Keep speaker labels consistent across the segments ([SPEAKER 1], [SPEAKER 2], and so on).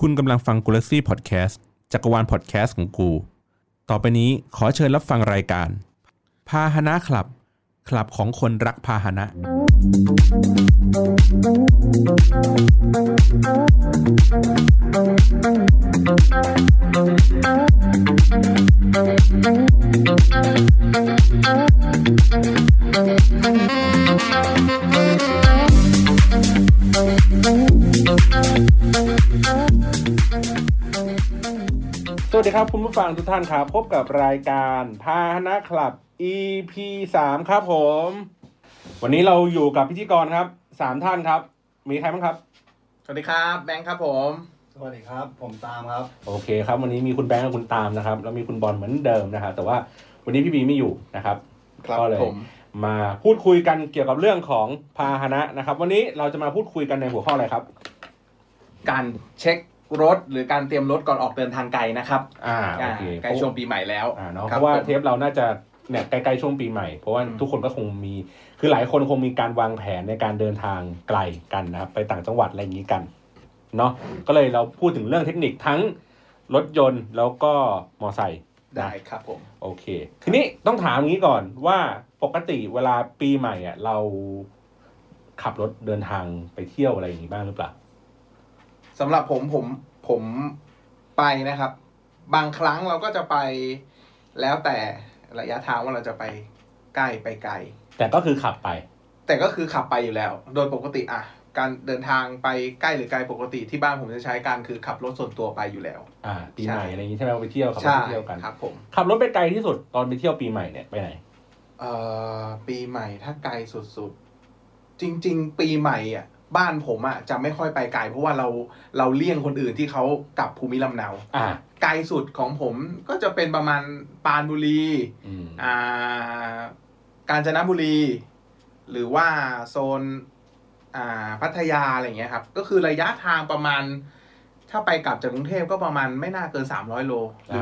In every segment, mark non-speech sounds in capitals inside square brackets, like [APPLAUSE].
[SPEAKER 1] คุณกำลังฟังกูลซี่พอดแคสต์จักรวาลพอดแคสต์ของกู ต่อไปนี้ขอเชิญรับฟังรายการ พาหนะคลับ คลับของคนรักพาหนะ สวัสดีครับคุณผู้ฟังทุกท่านครับ พบกับรายการพาหนะคลับ EP สามครับผม วันนี้เราอยู่กับพิธีกรครับสามท่านครับ มีใครบ้างครับ
[SPEAKER 2] สวัสดีครับแบงค์ครับผม
[SPEAKER 3] สวัสดีครับ ผมตามครับ
[SPEAKER 1] โอเคครับ วันนี้มีคุณแบงค์กับคุณตามนะครับ แล้วมีคุณบอลเหมือนเดิมนะครับแต่ว่าวันนี้พี่บีไม่อยู่นะครับ ก็เลย
[SPEAKER 2] ผม
[SPEAKER 1] มาพูดคุยกันเกี่ยวกับเรื่องของพาหนะนะครับ วันนี้เราจะมาพูดคุยกันในหัวข้ออะไรครับ
[SPEAKER 2] การเช็ครถหรือการเตรียมรถก่อนออกเดินทางไกลนะครับ
[SPEAKER 1] อ่า
[SPEAKER 2] อ่า
[SPEAKER 1] โอเค
[SPEAKER 2] ใกล้ช่วงปีใหม่แล้ว
[SPEAKER 1] อ่าเนาะ
[SPEAKER 2] ค
[SPEAKER 1] เพ
[SPEAKER 2] บ
[SPEAKER 1] ราะว่า
[SPEAKER 2] ผม
[SPEAKER 1] เทปเราน่าจะเนี่ยใกล้ๆช่วงปีใหม่ เพราะว่า
[SPEAKER 2] อืม
[SPEAKER 1] ทุกคนก็คงมีคือหลายคนคงมีการวางแผนในการเดินทางไกลกันนะครับไปต่างจังหวัดอะไรอย่างนี้กันเนาะก็เลยเราพูดถึงเรื่องเทคนิคทั้งรถยนต์แล้วก็มอไซค์นะ
[SPEAKER 2] ได้ครับผม
[SPEAKER 1] โอเค ทีนี้ต้องถามอย่างนี้ก่อนว่าปกติเวลาปีใหม่อ่ะเราขับรถเดินทางไปเที่ยวอะไรอย่างนี้บ้างหรือเปล่า
[SPEAKER 2] สำหรับผมผมผมไปนะครับ บางครั้งเราก็จะไปแล้วแต่ระยะทางว่าเราจะไปใกล้ไปไกล
[SPEAKER 1] แต่ก็คือขับไป
[SPEAKER 2] แต่ก็คือขับไปอยู่แล้ว โดยปกติอ่ะ การเดินทางไปใกล้หรือไกลปกติที่บ้านผมจะใช้การคือขับรถส่วนตัวไปอยู่แล้ว
[SPEAKER 1] อ่า ปี
[SPEAKER 2] ใช่
[SPEAKER 1] ใหม่อะไรอย่างนี้ใช่ไหมไปเที่ยวขับรถ
[SPEAKER 2] ใช่
[SPEAKER 1] ไปเที่ยวกัน
[SPEAKER 2] ครับผม
[SPEAKER 1] ขับรถไปไกลที่สุดตอนไปเที่ยวปีใหม่เนี่ยไปไหน
[SPEAKER 2] เอ่อปีใหม่ถ้าไกลสุดๆ จริง ๆ ปีใหม่อ่ะ บ้านผมอ่ะจะไม่ค่อยไปไกล เพราะว่าเราเราเลี่ยงคนอื่นที่เขากลับภูมิลำเนา
[SPEAKER 1] อ่า
[SPEAKER 2] ไกลสุดของผมก็จะเป็นประมาณปรานบุรี
[SPEAKER 1] อืม
[SPEAKER 2] อ่า กาญจนบุรี หรือว่าโซนอ่าพัทยาอะไรอย่างเงี้ยครับ ก็คือระยะทางประมาณ ถ้าไปกลับจากกรุงเทพก็ประมาณไม่น่าเกิน 300 โล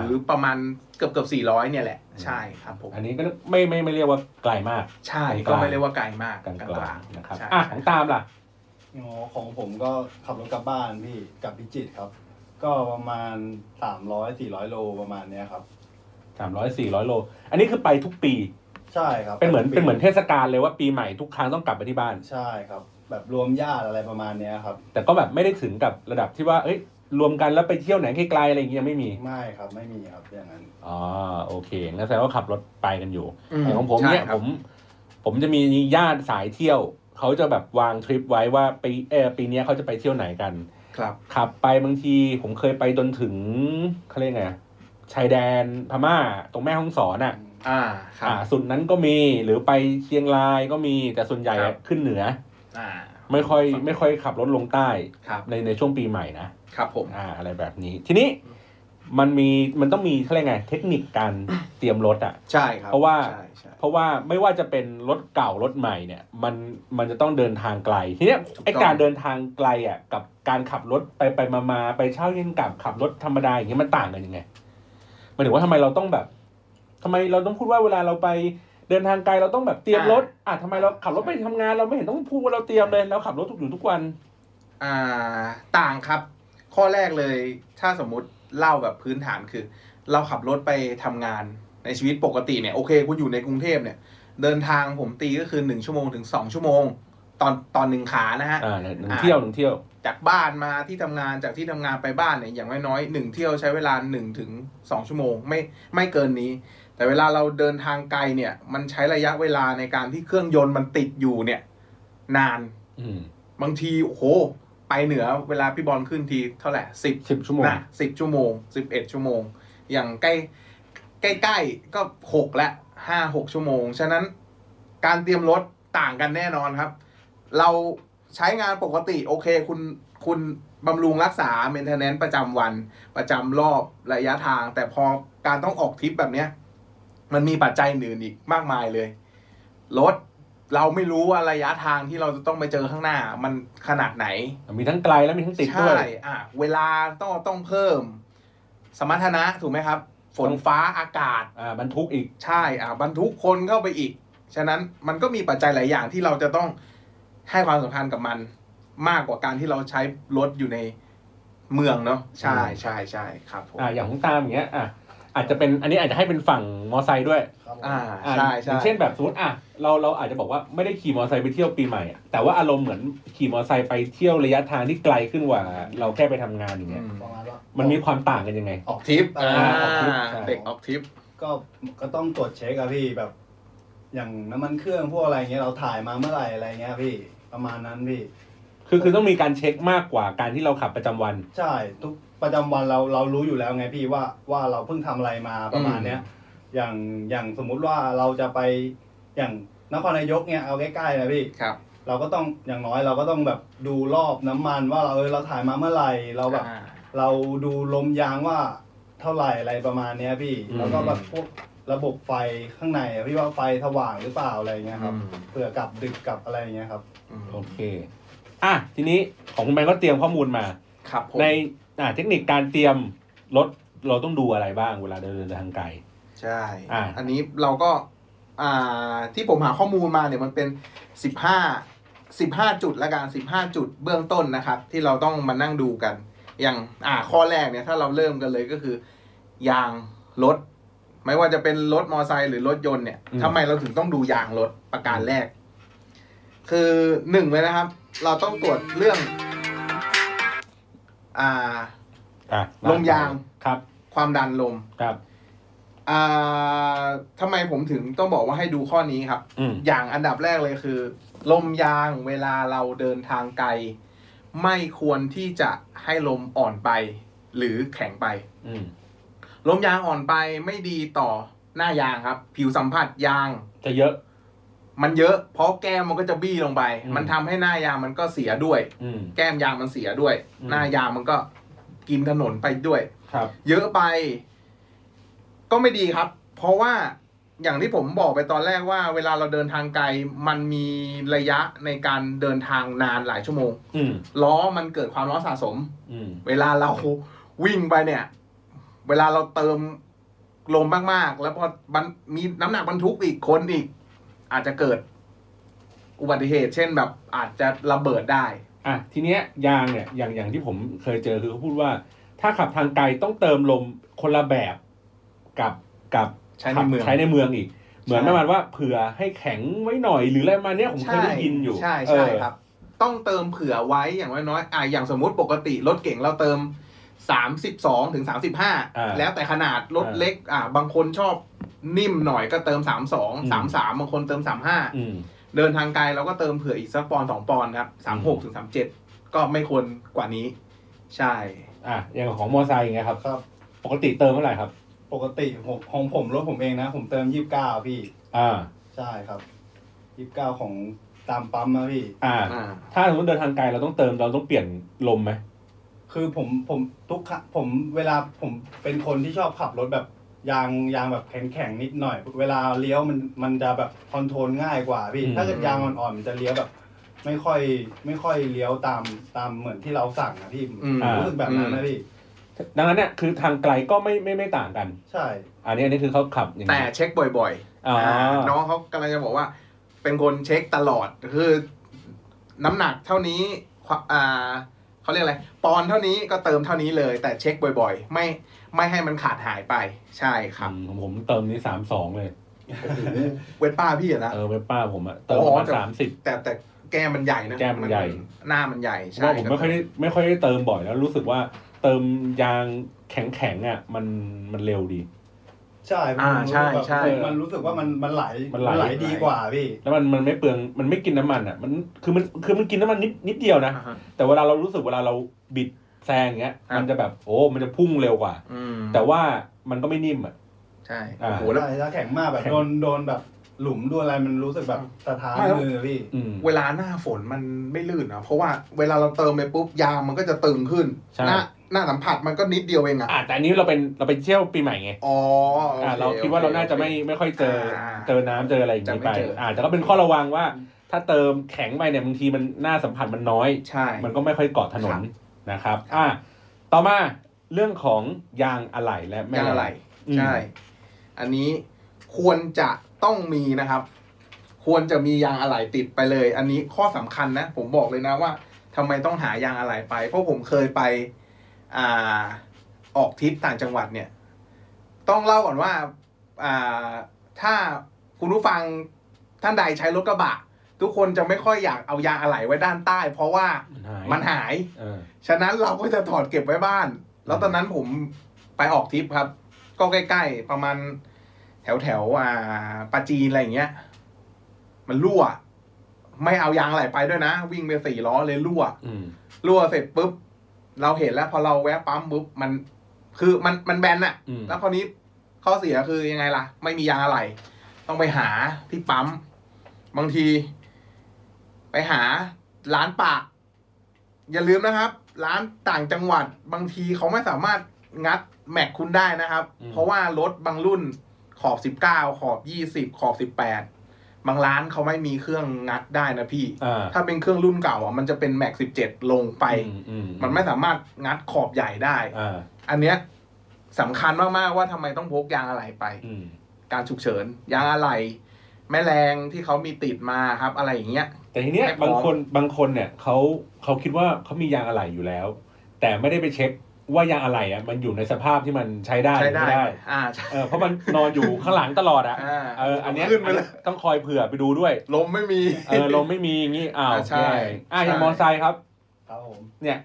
[SPEAKER 2] หรือประมาณเกือบเกือบ400 เนี่ยแหละ ใช่ครับผม
[SPEAKER 1] อันนี้ก็ไม่ไม่ไม่เรียกว่าไกลมาก
[SPEAKER 2] ใช่
[SPEAKER 1] ก
[SPEAKER 2] ก็
[SPEAKER 1] ลาง
[SPEAKER 2] ไม่เรียกว่าไกลมาก
[SPEAKER 1] กลางกลางๆนะครับ
[SPEAKER 2] ใช่
[SPEAKER 1] อ่ะของตามล่ะ
[SPEAKER 3] อ๋อของผมก็ขับรถกลับบ้านพี่กลับพิจิตรครับ ก็ประมาณสามร้อยสี่ร้อยโลประมาณเนี้ยครับ
[SPEAKER 1] สามร้อยสี่ร้อยโล อันนี้คือไปทุกปี
[SPEAKER 3] ใช่ครับ
[SPEAKER 1] เป็นเหมือนเป็นเหมือนเทศกาลเลยว่าปีใหม่ทุกครั้งต้องกลับไปที่บ้าน
[SPEAKER 3] ใช่ครับ แบบรวมญาติอะไรประมาณเนี้ยครับ
[SPEAKER 1] แต่ก็แบบไม่ได้ถึงกับระดับที่ว่า เอ้ย รวมกันแล้วไปเที่ยวไหนไกลๆอะไรอย่างเงี้ยยังไม่มี
[SPEAKER 3] ไม่ครับไม่มีครับอย่างนั้น
[SPEAKER 1] อ๋อ โอเค งั้นแสดงว่าขับรถไปกันอยู่
[SPEAKER 2] ม
[SPEAKER 1] แต่ของผมเนี่ย
[SPEAKER 2] ใช่ครับ
[SPEAKER 1] ผม ผมจะมีญาติสายเที่ยว เขาจะแบบวางทริปไว้ว่าปีเออปีเนี้ยเขาจะไปเที่ยวไหนกัน
[SPEAKER 2] ครับ
[SPEAKER 1] ขับไปบางทีผมเคยไปจนถึงเขาเรียกไงชายแดนพม่าตรงแม่ฮ่องสอนอ่ะ
[SPEAKER 2] อ่าครับ
[SPEAKER 1] อ่า สุดนั้นก็มีหรือไปเชียงรายก็มีแต่ส่วนใหญ่
[SPEAKER 2] ครั
[SPEAKER 1] อะ
[SPEAKER 2] บ
[SPEAKER 1] ขึ้นเหนือ
[SPEAKER 2] อ่า
[SPEAKER 1] ไม่ค่อยไม่ค่อยขับรถลงใต้
[SPEAKER 2] ครับ
[SPEAKER 1] ในในช่วงปีใหม่นะ
[SPEAKER 2] ครับผม
[SPEAKER 1] อ่าอะไรแบบนี้ ทีนี้มันมีมันต้องมีเขาเรียกไงเทคนิคการเตรียมรถอะ
[SPEAKER 2] ใช่ครับ
[SPEAKER 1] เพราะว่า
[SPEAKER 2] ใช่ใช่
[SPEAKER 1] เพราะว่าไม่ว่าจะเป็นรถเก่ารถใหม่เนี่ยมันมันจะต้องเดินทางไกล ทีเนี้ยไอ
[SPEAKER 2] ถูกต้อง
[SPEAKER 1] การเดินทางไกลอ่ะกับการขับรถไปไปมามาไปเช่าเย็นกลับขับรถธรรมดาอย่างเงี้ยมันต่างกันยังไงหมายถึงว่าทำไมเราต้องแบบทำไมเราต้องพูดว่าเวลาเราไปเดินทางไกลเราต้องแบบเตรียมรถอ่ะทำไมเราขับรถไปทำงานเราไม่เห็นต้องพูดว่าเราเตรียมเลยเราขับรถทุกอยู่ทุกวัน
[SPEAKER 2] อ่าต่างครับ ข้อแรกเลยถ้าสมมุติเล่าแบบพื้นฐานคือ เราขับรถไปทำงานในชีวิตปกติเนี่ยโอเคคุณอยู่ในกรุงเทพเนี่ย เดินทางผมตีก็คือหนึ่งชั่วโมงถึงสองชั่วโมง ตอนตอนหนึ่งขานะฮะ
[SPEAKER 1] อ่าหนึ่งเที่ยวหนึ่งเที่ยว
[SPEAKER 2] จากบ้านมาที่ทำงานจากที่ทำงานไปบ้านเนี่ยอย่างน้อยๆหนึ่งเที่ยวใช้เวลา1นถึงสชั่วโมงไม่ไม่เกินนี้ แต่เวลาเราเดินทางไกลเนี่ยมันใช้ระยะเวลาในการที่เครื่องยนต์มันติดอยู่เนี่ยนาน
[SPEAKER 1] อืม
[SPEAKER 2] บางทีโอ้โหไปเหนือเวลาพี่บอลขึ้นทีเท่าไหร่สิบ
[SPEAKER 1] สิบชั่วโมง
[SPEAKER 2] นะสิบชั่วโมงสิบเอ็ดชั่วโมง อย่างใกล้ใกล้ๆก็หกละห้าหกชั่วโมง ฉะนั้นการเตรียมรถต่างกันแน่นอนครับ เราใช้งานปกติโอเคคุณคุณบำรุงรักษาเมนเทนแนนซ์ประจำวันประจำรอบระยะทาง แต่พอการต้องออกทริปแบบเนี้ย มันมีปัจจัยอื่นอีกมากมายเลยรถเราไม่รู้ว่าระยะทางที่เราจะต้องไปเจอข้างหน้า มันขนาดไหน
[SPEAKER 1] มีทั้งไกลแล้วมีทั้งติดด้วย
[SPEAKER 2] ใช่อ่ะเวลาต้องต้องเพิ่ม สมรรถนะถูกไหมครับ ฝนฟ้าอากาศ
[SPEAKER 1] อ่าบรรทุกอีก
[SPEAKER 2] ใช่อ่ะบรรทุกคนเข้าไปอีก ฉะนั้นมันก็มีปัจจัยหลายอย่างที่เราจะต้องให้ความสำคัญกับมัน มากกว่าการที่เราใช้รถอยู่ใน เมืองเนาะใช่ใช่ใช่ครับผม
[SPEAKER 1] อ่าอย่างของตามอย่างเงี้ยอ่ะอาจจะเป็นอันนี้อาจจะให้เป็นฝั่งมอไซค์ด้วย
[SPEAKER 3] ครับผม
[SPEAKER 2] อ่า
[SPEAKER 1] อ่ะ
[SPEAKER 2] ใช่
[SPEAKER 1] อ
[SPEAKER 2] ใช่
[SPEAKER 1] ย่างเช่นแบบสมมติอ่ะเราเราอาจจะบอกว่าไม่ได้ขี่มอไซค์ไปเที่ยวปีใหม่อ่ะแต่ว่าอารมณ์เหมือนขี่มอไซค์ไปเที่ยวระยะทางที่ไกลขึ้นกว่า เราแค่ไปทำงานอย่าง
[SPEAKER 2] อื
[SPEAKER 1] เงี้ย
[SPEAKER 2] ม
[SPEAKER 3] ประมาณว่า
[SPEAKER 1] มั
[SPEAKER 3] มัน
[SPEAKER 1] มีความต่างกันยังไง
[SPEAKER 3] อ
[SPEAKER 2] อ
[SPEAKER 3] อ
[SPEAKER 2] อก ก
[SPEAKER 3] ทิ
[SPEAKER 2] ทิ
[SPEAKER 3] ป
[SPEAKER 2] ป
[SPEAKER 3] อ่า
[SPEAKER 2] อ่า
[SPEAKER 1] ใช่
[SPEAKER 2] เด็กออกทิป
[SPEAKER 3] ก็ก็ต้องตรวจเช็คอะพี่แบบอย่างน้ำมันเครื่องพวกอะไรเงี้ยเราถ่ายมาเมื่อไหร่อะไรเงี้ยพี่ประมาณนั้นพี่
[SPEAKER 1] คือคือต้องมีการเช็คมากกว่าการที่เราขับประจำวัน
[SPEAKER 3] ใช่ทุกประจำวันเราเรารู้อยู่แล้วไงพี่ว่าว่าเราเพิ่งทำอะไรมาประมาณเนี้ยอย่างอย่างสมมุติว่าเราจะไปอย่างนครนายกเนี่ยเอาใกล้ๆนะพี่
[SPEAKER 2] ครับ
[SPEAKER 3] เราก็ต้องอย่างน้อยเราก็ต้องแบบดูรอบน้ำมันว่าเราเออเราถ่ายมาเมื่อไหร่เราแบบ
[SPEAKER 2] อ่า
[SPEAKER 3] เราดูลมยางว่าเท่าไหร่อะไรประมาณเนี้ยพี่
[SPEAKER 1] อืม
[SPEAKER 3] แล้วก็แบบพวกระบบไฟข้างในอะพี่ว่าไฟสว่างหรือเปล่าอะไรเงี้ยครับ
[SPEAKER 2] อืม
[SPEAKER 3] เผื่อกลับดึกกลับอะไรเงี้ยครับ
[SPEAKER 2] อืม
[SPEAKER 1] โอเค อ่ะทีนี้ของคุณแบงค์ก็เตรียมข้อมูลมา
[SPEAKER 2] ครับผม
[SPEAKER 1] ในอ่าเทคนิคการเตรียมรถเราต้องดูอะไรบ้างเวลาเดินเดินทางไกล
[SPEAKER 2] ใช่
[SPEAKER 1] อ่า
[SPEAKER 2] อันนี้เราก็อ่าที่ผมหาข้อมูลมาเนี่ยมันเป็นสิบห้าสิบห้าจุดละกันสิบห้าจุดเบื้องต้นนะครับ ที่เราต้องมานั่งดูกัน อย่างอ่าข้อแรกเนี่ยถ้าเราเริ่มกันเลยก็คือ ยางรถ ไม่ว่าจะเป็นรถมอไซค์หรือรถยนต์เนี่ย
[SPEAKER 1] อืม
[SPEAKER 2] ทำไมเราถึงต้องดูยางรถประการแรก คือหนึ่งเลยนะครับ เราต้องตรวจเรื่อง อ่า
[SPEAKER 1] อ่ะ
[SPEAKER 2] ลมยาง
[SPEAKER 1] ครับ
[SPEAKER 2] ความดันลม
[SPEAKER 1] ครับ
[SPEAKER 2] อ่าทำไมผมถึงต้องบอกว่าให้ดูข้อนี้ครับ
[SPEAKER 1] อืม
[SPEAKER 2] อย่างอันดับแรกเลยคือ ลมยางเวลาเราเดินทางไกล ไม่ควรที่จะให้ลมอ่อนไป หรือแข็งไป
[SPEAKER 1] อืม
[SPEAKER 2] ลมยางอ่อนไปไม่ดีต่อหน้ายางครับ ผิวสัมผัสยาง
[SPEAKER 1] จะเยอะ
[SPEAKER 2] มันเยอะ เพราะแก้มมันก็จะบี้ลงไป
[SPEAKER 1] อืม
[SPEAKER 2] มันทำให้หน้ายางมันก็เสียด้วย
[SPEAKER 1] อืม
[SPEAKER 2] แก้มยางมันเสียด้วย
[SPEAKER 1] อืม
[SPEAKER 2] หน้ายางมันก็กินถนนไปด้วย
[SPEAKER 1] ครับ
[SPEAKER 2] เยอะไปก็ไม่ดีครับ เพราะว่าอย่างที่ผมบอกไปตอนแรกว่าเวลาเราเดินทางไกล มันมีระยะในการเดินทางนานหลายชั่วโมง
[SPEAKER 1] อืม
[SPEAKER 2] ล้อมันเกิดความร้อนสะสม
[SPEAKER 1] อืม
[SPEAKER 2] เวลาเราวิ่งไปเนี่ย เวลาเราเติมลมมากๆ แล้วพอมันมีน้ำหนักบรรทุกอีกคนอีก อาจจะเกิดอุบัติเหตุ เช่นแบบอาจจะระเบิดได้
[SPEAKER 1] อ่ะทีเนี้ยยางเนี่ยอย่างอย่างที่ผมเคยเจอคือเขาพูดว่า ถ้าขับทางไกลต้องเติมลมคนละแบบกับกับ
[SPEAKER 2] ใช้ในเมือง
[SPEAKER 1] ขับใช้ในเมืองอีก เหมือนประมาณว่าเผื่อให้แข็งไว้หน่อยหรืออะไรประมาณเนี้ยผมเคยได้ยินอยู่
[SPEAKER 2] ใช่ใช่
[SPEAKER 1] เออ
[SPEAKER 2] ครับ ต้องเติมเผื่อไว้อย่างน้อยๆอ่ะอย่างสมมุติปกติรถเก่งเราเติม 32ถึง
[SPEAKER 1] อ่า
[SPEAKER 2] 35 แล้วแต่ขนาดรถ
[SPEAKER 1] อ่า
[SPEAKER 2] เล็กอ่ะบางคนชอบนิ่มหน่อยก็เติม 32 33 บางคนเติม
[SPEAKER 1] อืม
[SPEAKER 2] 35 เดินทางไกลเราก็เติมเผื่ออีกสักปอนด์สองปอนด์ครับ 36ถึง37 ก็ไม่ควรกว่านี้ ใช่
[SPEAKER 1] อ่ะอย่างของมอไซค์ไงครับ
[SPEAKER 3] ครับ
[SPEAKER 1] ปกติเติมเท่าไหร่ครับ
[SPEAKER 3] ปกติผมของผมรถผมเองนะ ผมเติมยี่สิบเก้าพี่
[SPEAKER 1] อ่า
[SPEAKER 3] ใช่ครับยี่สิบเก้าของตามปั๊มนะพี่
[SPEAKER 1] อ่า
[SPEAKER 2] อ่า
[SPEAKER 1] ถ้าสมมติเดินทางไกลเราต้องเติมเราต้องเปลี่ยนลมไหม
[SPEAKER 3] คือผมผมทุกครั้งผมเวลาผมเป็นคนที่ชอบขับรถแบบยางยางแบบแข็งแข็งๆนิดหน่อย เวลาเลี้ยวมันมันจะแบบคอนโทรลง่ายกว่าพี่
[SPEAKER 1] อืม
[SPEAKER 3] ถ้าเกิดยางอ่อนๆมันจะเลี้ยวแบบ ไม่ค่อยไม่ค่อยเลี้ยวตามตามเหมือนที่เราสั่งนะพี่
[SPEAKER 2] อืม
[SPEAKER 3] รู้สึกแบบนั้นนะพี่
[SPEAKER 1] ดังนั้นเนี่ยคือทางไกลก็ไม่ไม่ไม่ต่างกัน
[SPEAKER 3] ใช่
[SPEAKER 1] อันนี้อันนี้คือเขาขับอย่าง
[SPEAKER 2] แต่
[SPEAKER 1] นี้
[SPEAKER 2] เช็คบ่อยๆ
[SPEAKER 1] อ๋อ
[SPEAKER 2] อ่าน้องเขากำลังจะบอกว่า เป็นคนเช็คตลอดคือ น้ำหนักเท่านี้ควอ่าเขาเรียกอะไรปอนด์เท่านี้ก็เติมเท่านี้เลย แต่เช็คบ่อยๆ ไม่ไม่ให้มันขาดหายไปใช่ครับ
[SPEAKER 1] อืมผมเติมนี่สามสองเลย
[SPEAKER 2] เวทป้าพี่อะนะ
[SPEAKER 1] เออเว็บป้าผมอะเติม
[SPEAKER 2] อ๋อ
[SPEAKER 1] ประมาณ
[SPEAKER 2] แต่
[SPEAKER 1] สามสิบ
[SPEAKER 2] แต่แต่แก้มมันใหญ่นะ
[SPEAKER 1] แก้มมันใหญ่
[SPEAKER 2] หน้ามันใหญ่
[SPEAKER 1] เพ
[SPEAKER 2] ใช่
[SPEAKER 1] ราะว่าผมไม่ค่อยได้ไม่ค่อยได้เติมบ่อยแล้วรู้สึกว่าเติมยางแข็งแข็งๆอะมันมันเร็วดี
[SPEAKER 3] ใช่
[SPEAKER 2] อ่า
[SPEAKER 3] ผมรู้
[SPEAKER 2] ใช่
[SPEAKER 3] สึกแบบ
[SPEAKER 2] ใช่
[SPEAKER 3] มันรู้สึกว่ามันมันไหล
[SPEAKER 1] มันไหล
[SPEAKER 3] ดีกว่าพี่
[SPEAKER 1] แล้วมันมันไม่เปลืองมันไม่กินน้ำมันอะมันคือมันคือมันกินน้ำมันนิดนิดเดียวนะ
[SPEAKER 2] อ่าฮะ
[SPEAKER 1] แต่เวลาเรารู้สึกเวลาเราบิดแซงอย่างเงี้ย
[SPEAKER 2] ครับ
[SPEAKER 1] มันจะแบบโอ้ มันจะพุ่งเร็วกว่า
[SPEAKER 2] อืม
[SPEAKER 1] แต่ว่ามันก็ไม่นิ่มอ่ะ
[SPEAKER 2] ใช่
[SPEAKER 1] อ่า
[SPEAKER 2] โอ้โหแล้ว
[SPEAKER 3] ใช่ถ้าแข็งมากแบบ
[SPEAKER 1] แข็ง
[SPEAKER 3] โดนโดนแบบหลุมโดนอะไรมันรู้สึกแบบสะท้าน
[SPEAKER 2] ไม่แล้ว
[SPEAKER 3] มือพี่
[SPEAKER 1] อืม
[SPEAKER 2] เวลาหน้าฝนมันไม่ลื่นนะเพราะว่าเวลาเราเติมไปปุ๊บยางมันก็จะตึงขึ้น
[SPEAKER 1] ใช่
[SPEAKER 2] หน้าหน้าสัมผัสมันก็นิดเดียวเองอะ
[SPEAKER 1] อ่ะแต่อันนี้เราเป็นเราไปเที่ยวปีใหม่ไง
[SPEAKER 2] อ๋อโอ
[SPEAKER 1] อ่ะ
[SPEAKER 2] ค
[SPEAKER 1] เราคิดว่าเราน่าจะ
[SPEAKER 2] โอค
[SPEAKER 1] ไม่ไม่ค่อยเจอ
[SPEAKER 2] อ่า
[SPEAKER 1] เจอน้ำเจออะไรอย่างนี้
[SPEAKER 2] จะไม่
[SPEAKER 1] ไป
[SPEAKER 2] เจออ่
[SPEAKER 1] อ่ะแต่ก็เป็นข้อระวังว่า ถ้าเติมแข็งไปเนี่ยบางทีมันหน้าสัมผัสมันน้อย
[SPEAKER 2] ใช่
[SPEAKER 1] มันก็ไม่ค่อยเกาะถนน
[SPEAKER 2] ครับ
[SPEAKER 1] นะครับ อ่ะต่อมาเรื่องของยางอะไหล่และแม่
[SPEAKER 2] ยางอะไร
[SPEAKER 1] อืม
[SPEAKER 2] ใช่ อันนี้ควรจะต้องมีนะครับ ควรจะมียางอะไหล่ติดไปเลย อันนี้ข้อสำคัญนะ ผมบอกเลยนะว่าทำไมต้องหายางอะไหล่ไป เพราะผมเคยไป อ่าออกทริปต่างจังหวัดเนี่ย ต้องเล่าก่อนว่าอ่าถ้าคุณผู้ฟังท่านใดใช้รถกระบะ ทุกคนจะไม่ค่อยอยากเอายางอะไหล่ไว้ด้านใต้ เพราะว่า
[SPEAKER 1] มันหาย
[SPEAKER 2] มันหาย
[SPEAKER 1] เออ
[SPEAKER 2] ฉะนั้นเราก็จะถอดเก็บไว้บ้าน แล้วตอนนั้นผมไปออกทริปครับ ก็ใกล้ๆ ประมาณแถวแถวๆอ่าปาจีนอะไรอย่างเงี้ย มันรั่ว ไม่เอายางอะไหลไปด้วยนะ วิ่งไปสี่ล้อเลยรั่ว
[SPEAKER 1] อืม
[SPEAKER 2] รั่วเสร็จปุ๊บ เราเห็นแล้วพอเราแวะปั๊มปุ๊บมัน คือมันมันแบนอะ
[SPEAKER 1] อืม
[SPEAKER 2] แล้วคราวนี้ข้อเสียคือยังไงล่ะ ไม่มียางอะไหล่ต้องไปหาที่ปั๊ม บางที ไปหาร้านปาก อย่าลืมนะครับ ร้านต่างจังหวัด บางทีเขาไม่สามารถงัดแม็กคุณได้นะครับ เพราะว่ารถบางรุ่นขอบสิบเก้าขอบยี่สิบขอบสิบแปดบางร้านเขาไม่มีเครื่องงัดได้นะพี่
[SPEAKER 1] อ่า
[SPEAKER 2] ถ้าเป็นเครื่องรุ่นเก่าอ่ะมันจะเป็นแม็กสิบเจ็ดลงไป
[SPEAKER 1] อือื
[SPEAKER 2] มันไม่สามารถงัดขอบใหญ่ได้
[SPEAKER 1] อ่า
[SPEAKER 2] อันเนี้ยสำคัญมาก ๆ ว่าทำไมต้องพกยางอะไหล่ไป
[SPEAKER 1] อืม
[SPEAKER 2] การฉุกเฉิน ยางอะไหล่แม่แรงที่เขามีติดมาครับอะไรอย่างเงี้ย
[SPEAKER 1] แต่ทีเนี้ย
[SPEAKER 2] ไม่พร้อ
[SPEAKER 1] บา
[SPEAKER 2] ม
[SPEAKER 1] งคนบางคนเนี่ยเขาเขาคิดว่าเขามียางอะไหล่อยู่แล้ว แต่ไม่ได้ไปเช็คว่ายางอะไหล่อ่ะมันอยู่ในสภาพที่มันใช้ได้ห
[SPEAKER 2] ใช้
[SPEAKER 1] รือ
[SPEAKER 2] ได้
[SPEAKER 1] ไม่ได้
[SPEAKER 2] อ่าใช่
[SPEAKER 1] เออเพราะมันนอนอยู่ข้างหลังตลอดอ่ะ
[SPEAKER 2] อ่า
[SPEAKER 1] เอออันเนี้ย
[SPEAKER 2] ขึ้นไปแล้ว
[SPEAKER 1] ต้องคอยเผื่อไปดูด้วย
[SPEAKER 2] ลมไม่มี
[SPEAKER 1] เอ
[SPEAKER 2] [LAUGHS]
[SPEAKER 1] อลมไม่มีอย่างงี้อ้าว
[SPEAKER 2] อ่าใช่
[SPEAKER 1] แย่อ่ะอย่าง
[SPEAKER 2] ใช่
[SPEAKER 1] มอไซค์ครับ
[SPEAKER 3] ครับผม
[SPEAKER 1] เนี่ย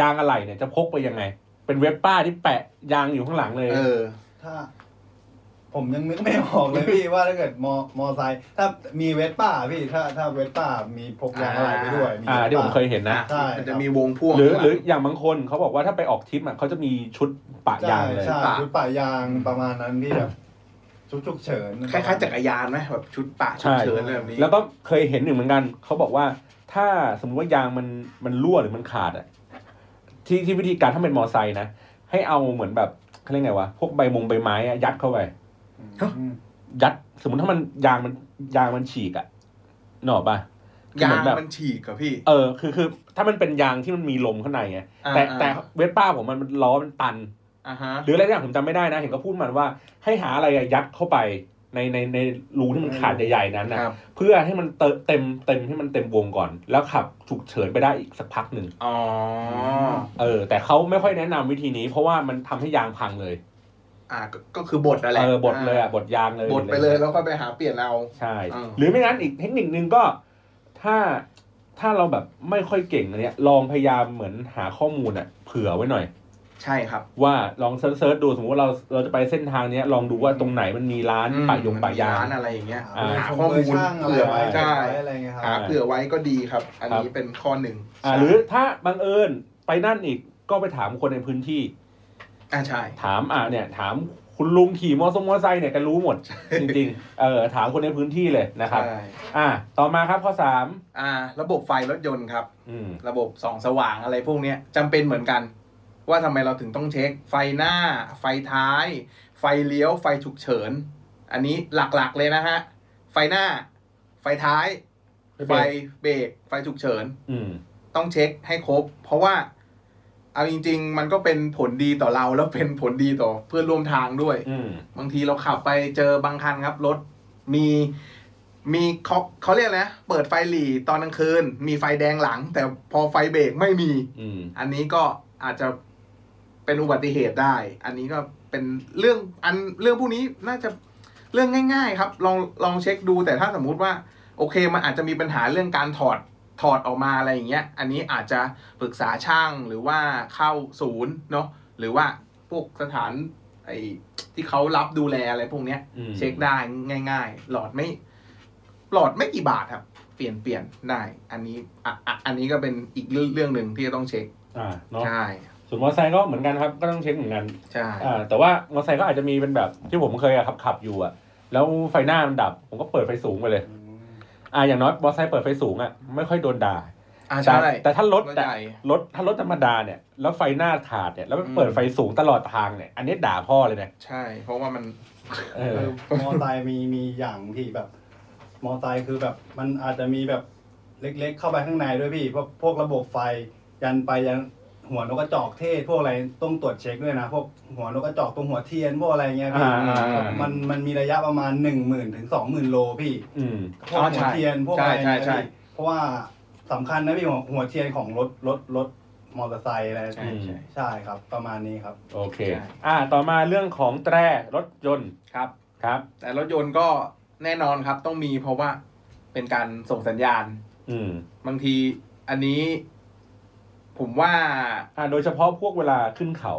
[SPEAKER 1] ยางอะไหล่เนี่ยจะพกไปยังไง เป็นเว็บป้าที่แปะยางอยู่ข้างหลังเลย
[SPEAKER 2] เออ
[SPEAKER 3] ถ้า ผมยังนึกไม่ออกเลยพี่ [LAUGHS] ว่าถ้าเกิดมอมอไซค์ถ้ามีเวสป้าพี่ถ้าถ้าเวสป้ามีพกยางอะไรไปด้วยมี
[SPEAKER 1] อ่าที่ผม
[SPEAKER 3] วส
[SPEAKER 1] เค
[SPEAKER 3] ป้า
[SPEAKER 1] ยเห็นนะ
[SPEAKER 2] นะ
[SPEAKER 3] ใช่
[SPEAKER 2] มันจะมีวงพ่วง
[SPEAKER 1] หรือ
[SPEAKER 2] ข้าง
[SPEAKER 1] ห
[SPEAKER 2] ลัง
[SPEAKER 1] รืออย่างบางคนเขาบอกว่าถ้าไปออกทริปอ่ะเขาจะมีชุดปะยางเลย
[SPEAKER 3] ใช่ใช่ชุดป่ายางประมาณนั้นพี่แบบชุดฉุกเฉิน
[SPEAKER 2] คล้ายๆจักรยานไหมแบบชุดปะ
[SPEAKER 1] ใช่
[SPEAKER 2] ชุดเชิญอะไรแบบนี้
[SPEAKER 1] แล้วก็เคยเห็นหนึ่งเหมือนกัน เขาบอกว่าถ้าสมมติว่ายางมันมันรั่วหรือมันขาดอ่ะที่ที่วิธีการถ้าเป็นมอไซค์นะ ให้เอาเหมือนแบบเขาเรียกไงวะพวกใบมงใบไม้อะยัดเข้าไป
[SPEAKER 3] อืม
[SPEAKER 1] ยัดสมมติถ้ามันยางมันยางมันฉีกอ่ะหนกออกปะ
[SPEAKER 2] ยา
[SPEAKER 1] เหมืองนแบบ
[SPEAKER 2] มันฉีกกับพี่
[SPEAKER 1] เออคือคือถ้ามันเป็นยางที่มันมีลมข้างในไง
[SPEAKER 2] อ่า
[SPEAKER 1] แต่
[SPEAKER 2] อ่า
[SPEAKER 1] แต่เวสป้าผมมันมันล้อมันตัน
[SPEAKER 2] อ่าฮะ
[SPEAKER 1] หรืออะไรอย่างผมจำไม่ได้นะ เห็นเขาพูดมันว่าให้หาอะไรอะยัดเข้าไปในในในรูที่มันขาดใหญ่ๆนั้นนะครับ เพื่อให้มันเติเต็มเต็มให้มันเต็มวงก่อน แล้วขับฉุกเฉินไปได้อีกสักพักหนึ่ง
[SPEAKER 2] อ๋อ
[SPEAKER 1] เออแต่เขาไม่ค่อยแนะนำวิธีนี้ เพราะว่ามันทำให้ยางพังเลย
[SPEAKER 2] อ่าก็ก็คือบทอะไร
[SPEAKER 1] เออบดเลยอ่ะบดยางเลย
[SPEAKER 2] บทไปเลยแล้วก็ไปหาเปลี่ยนเอา
[SPEAKER 1] ใช่
[SPEAKER 2] อ่า
[SPEAKER 1] หรือไม่งั้นอีกเทคนิคนึงก็ถ้าถ้าเราแบบไม่ค่อยเก่งอันเนี้ยลองพยายามเหมือนหาข้อมูลอ่ะเผื่อไว้หน่อย
[SPEAKER 2] ใช่ครับ
[SPEAKER 1] ว่าลองเซิร์ชๆดูสมมติว่าเราเราจะไปเส้นทางเนี้ยลองดูว่าตรงไหนมันมีร้าน
[SPEAKER 2] อืม
[SPEAKER 1] ป่ายงป่ายาง
[SPEAKER 2] ร้านอะไรอย่างเงี้ย
[SPEAKER 1] อ่า
[SPEAKER 2] หา
[SPEAKER 3] ชม
[SPEAKER 2] ข้อมูล
[SPEAKER 3] เบร์ช่างอะไร
[SPEAKER 2] เผื่อ
[SPEAKER 3] ไว้
[SPEAKER 2] ไว้ใช่
[SPEAKER 3] อะไรเงี้ยค
[SPEAKER 2] หา
[SPEAKER 3] รับ
[SPEAKER 2] เผื่อไว้ก็ดีครับ อันนี้เป็นข้อหนึ่ง
[SPEAKER 1] อ่าหรือถ้าบังเอิญไปนั่นอีกก็ไปถามคนในพื้นที่
[SPEAKER 2] อ่าใช่
[SPEAKER 1] ถามอ่าเนี่ย ถามคุณลุงขี่มอเตอร์มอเตอร์ไซค์เนี่ยแกันรู้หมด จริงๆเออถามคนในพื้นที่เลยนะครับ
[SPEAKER 2] ใช่
[SPEAKER 1] อ่าต่อมาครับข้อสาม
[SPEAKER 2] อ่า ระบบไฟรถยนต์ครับ
[SPEAKER 1] อืม
[SPEAKER 2] ระบบส่องสว่างอะไรพวกเนี้ยจำเป็นเหมือนกัน ว่าทำไมเราถึงต้องเช็ค ไฟหน้า ไฟท้าย ไฟเลี้ยวไฟฉุกเฉิน อันนี้หลักๆเลยนะฮะ ไฟหน้า ไฟท้าย ไฟเบรกไฟฉุกเฉิน
[SPEAKER 1] อืม
[SPEAKER 2] ต้องเช็คให้ครบ เพราะว่า เอาจริง ๆ มันก็เป็นผลดีต่อเราแล้วเป็นผลดีต่อเพื่อนร่วมทางด้วย
[SPEAKER 1] อืม
[SPEAKER 2] บางทีเราขับไปเจอบางคันครับ รถมีมีเขาเขาเรียกอะไรนะเปิดไฟหลีตอนกลางคืน มีไฟแดงหลัง แต่พอไฟเบรกไม่มี
[SPEAKER 1] อืม
[SPEAKER 2] อันนี้ก็อาจจะเป็นอุบัติเหตุได้ อันนี้ก็เป็นเรื่องอันเรื่องพวกนี้น่าจะเรื่องง่าย ๆ ครับ ลองลองเช็คดู แต่ถ้าสมมุติว่า โอเคมันอาจจะมีปัญหาเรื่องการถอดถอดออกมาอะไรอย่างเงี้ย อันนี้อาจจะปรึกษาช่างหรือว่าเข้าศูนย์เนาะหรือว่าพวกสถานไอที่เขารับดูแลอะไรพวกเนี้ย
[SPEAKER 1] อืม
[SPEAKER 2] เช็คได้ง่าย ๆ หลอดไม่ หลอดไม่กี่บาทครับ เปลี่ยนเปลี่ยนได้ อันนี้อ่ะอ่ะอันนี้ก็เป็นอีกเรื่องหนึ่งที่จะต้องเช็ค
[SPEAKER 1] อ่าเนาะ
[SPEAKER 2] ใช่
[SPEAKER 1] ส่วนมอเตอร์ไซค์ก็เหมือนกันครับก็ต้องเช็คเหมือนกัน
[SPEAKER 2] ใช่
[SPEAKER 1] อ่าแต่ว่ามอเตอร์ไซค์ก็อาจจะมีเป็นแบบที่ผมเคยอะขับขับอยู่อะแล้วไฟหน้ามันดับ ผมก็เปิดไฟสูงไปเลยอ่าอย่างน้อยมอเตอร์ไซค์เปิดไฟสูงอะไม่ค่อยโดนด่า
[SPEAKER 2] อ่า
[SPEAKER 1] แต่
[SPEAKER 2] ใช่
[SPEAKER 1] แต่ถ้ารถ
[SPEAKER 2] รถ
[SPEAKER 1] แต่
[SPEAKER 2] ใหญ่
[SPEAKER 1] รถถ้ารถธรรมดาเนี่ยแล้วไฟหน้าขาดเนี่ยแล้วมันเปิดไฟสูงตลอดทางเนี่ยอันนี้ด่าพ่อเลยนะ
[SPEAKER 2] ใช่ เพราะว่ามัน
[SPEAKER 1] เอ
[SPEAKER 3] เอ
[SPEAKER 1] อ
[SPEAKER 3] อมอไซค์มีมีอย่างที่แบบ มอไซค์คือแบบมันอาจจะมีแบบเล็กๆ เข้าไปข้างในด้วยพี่พวกพวกระบบไฟยันไปยันหัวนกกระจอกเทศ พวกอะไรต้องตรวจเช็คด้วยนะ พวกหัวนกกระจอกตรงหัวเทียนพวกอะไรเงี้ยพี่
[SPEAKER 1] อ่าอ่าอ่า
[SPEAKER 3] มันมันมีระยะประมาณหนึ่งหมื่นถึงสองหมื่นโลพี่
[SPEAKER 1] อืม
[SPEAKER 3] พวกหัวเทียนพวกอะไร
[SPEAKER 2] ใช่ใช่ใช่
[SPEAKER 3] เพราะว่าสำคัญนะพี่หัวหัวเทียนของรถรถรถ มอเตอร์ไซค์อะไร
[SPEAKER 2] ใช่ใช่
[SPEAKER 3] ใช่ครับ ประมาณนี้ครับ
[SPEAKER 1] โอเค
[SPEAKER 2] ใช่
[SPEAKER 1] อ่า ต่อมาเรื่องของแตรรถยนต์
[SPEAKER 2] ครับ
[SPEAKER 1] ครับ
[SPEAKER 2] แต่รถยนต์ก็แน่นอนครับต้องมีเพราะว่าเป็นการส่งสัญญาณ
[SPEAKER 1] อืม
[SPEAKER 2] บางทีอันนี้ ผมว่า
[SPEAKER 1] อ่าโดยเฉพาะพวกเวลาขึ้นเขา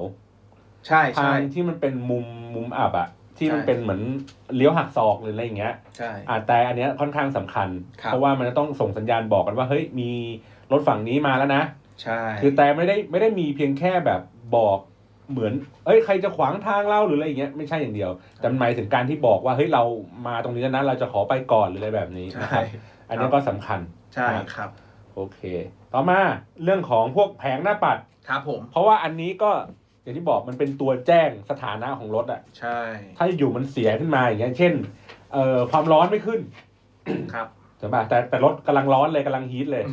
[SPEAKER 2] ใช่
[SPEAKER 1] ทา
[SPEAKER 2] ใช่
[SPEAKER 1] งที่มันเป็นมุมมุมอับอะที่มัน
[SPEAKER 2] ใช่
[SPEAKER 1] เป็นเหมือนเลี้ยวหักศอกหรืออะไรอย่างเงี้ย
[SPEAKER 2] ใช่
[SPEAKER 1] อ่าแต่อันเนี้ยค่อนข้างสำคัญ
[SPEAKER 2] ครับ
[SPEAKER 1] เพราะว่ามันจะต้องส่งสัญญาณบอกกันว่าเฮ้ยมีรถฝั่งนี้มาแล้วนะ
[SPEAKER 2] ใช่
[SPEAKER 1] คือแต่ไม่ได้ไม่ได้มีเพียงแค่แบบบอกเหมือน เอ้ยใครจะขวางทางเราหรืออะไรอย่างเงี้ยไม่ใช่อย่างเดียวแต่มันหมายถึงการที่บอกว่าเฮ้ยเรามาตรงนี้แล้วนะเราจะขอไปก่อนหรืออะไรแบบนี้
[SPEAKER 2] ใช่
[SPEAKER 1] นะครับอันนี้ก็สำคัญ
[SPEAKER 2] ใช่ครับ
[SPEAKER 1] โอเค ต่อมาเรื่องของพวกแผงหน้าปัด
[SPEAKER 2] ครับผม
[SPEAKER 1] เพราะว่าอันนี้ก็อย่างที่บอกมันเป็นตัวแจ้งสถานะของรถอะ
[SPEAKER 2] ใช่
[SPEAKER 1] ถ้าอยู่มันเสียขึ้นมาอย่างเงี้ยเช่นเอ่อความร้อนไม่ขึ้น
[SPEAKER 2] ครับ
[SPEAKER 1] ใช่ปะแต่แต่รถกำลังร้อนเลยกำลังฮีทเลย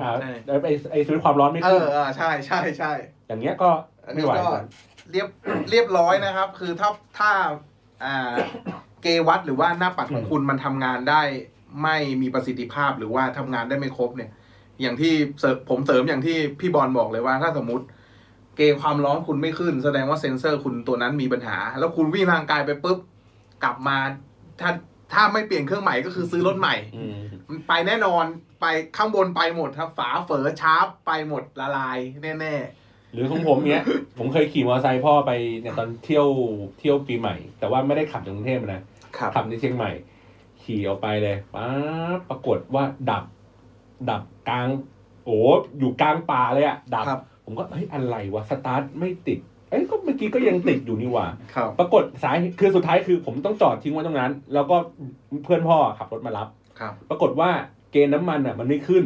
[SPEAKER 1] อ่า
[SPEAKER 2] ใช่
[SPEAKER 1] ไอไอสวิตช์ความร้อนไม่
[SPEAKER 2] เอ
[SPEAKER 1] ขึ้น
[SPEAKER 2] อเออใช่ใช่ใช่
[SPEAKER 1] อย่างเงี้ยก็
[SPEAKER 2] อัน
[SPEAKER 1] ไม่
[SPEAKER 2] นี้
[SPEAKER 1] ไหว
[SPEAKER 2] ก็เรียบ เรียบร้อยนะครับ คือถ้าถ้าอ่าเกวัตหรือว่าหน้าปัดของคุณมันทำงานได้ไม่มีประสิทธิภาพหรือว่าทำงานได้ไม่ครบเนี่ย อย่างที่เสริมผมเสริมอย่างที่พี่บอลบอกเลยว่าถ้าสมมติ เกความร้อนคุณไม่ขึ้น แสดงว่าเซ็นเซอร์คุณตัวนั้นมีปัญหา แล้วคุณวิ่งทางไกายไปปุ๊บกลับมาถ้าถ้าไม่เปลี่ยนเครื่องใหม่ก็คือซื้อรถใหม่
[SPEAKER 1] อืม
[SPEAKER 2] มันไปแน่นอนไปข้างบนไปหมดครับ ฝาเฝอชาร์ปไปหมดละลายแน่
[SPEAKER 1] หรือของผมเนี้ย [LAUGHS] ผมเคยขี่มอเตอร์ไซค์พ่อไปเนี่ยตอนเที่ยวเที่ยวปีใหม่ แต่ว่าไม่ได้ขับจากกรุงเทพนะ
[SPEAKER 2] ๆครับ
[SPEAKER 1] ขับในเชียงใหม่ ขี่ออกไปเลยป๊าบปรากฏว่าดับ ดับกลาง โอ้อยู่กลางป่าเลยอะดับ
[SPEAKER 2] ครับ
[SPEAKER 1] ผมก็เฮ้ยอะไรวะสตาร์ทไม่ติด เอ้ยก็เมื่อกี้ก็ยังติดอยู่นี่หว่า
[SPEAKER 2] ครับ
[SPEAKER 1] ปรากฏสายคือสุดท้ายคือผมต้องจอดทิ้งไว้ตรงนั้น แล้วก็เพื่อนพ่อขับรถมารับ
[SPEAKER 2] ครับ
[SPEAKER 1] ปรากฏว่าเกณฑ์น้ำมันอ่ะ มันไม่ขึ้น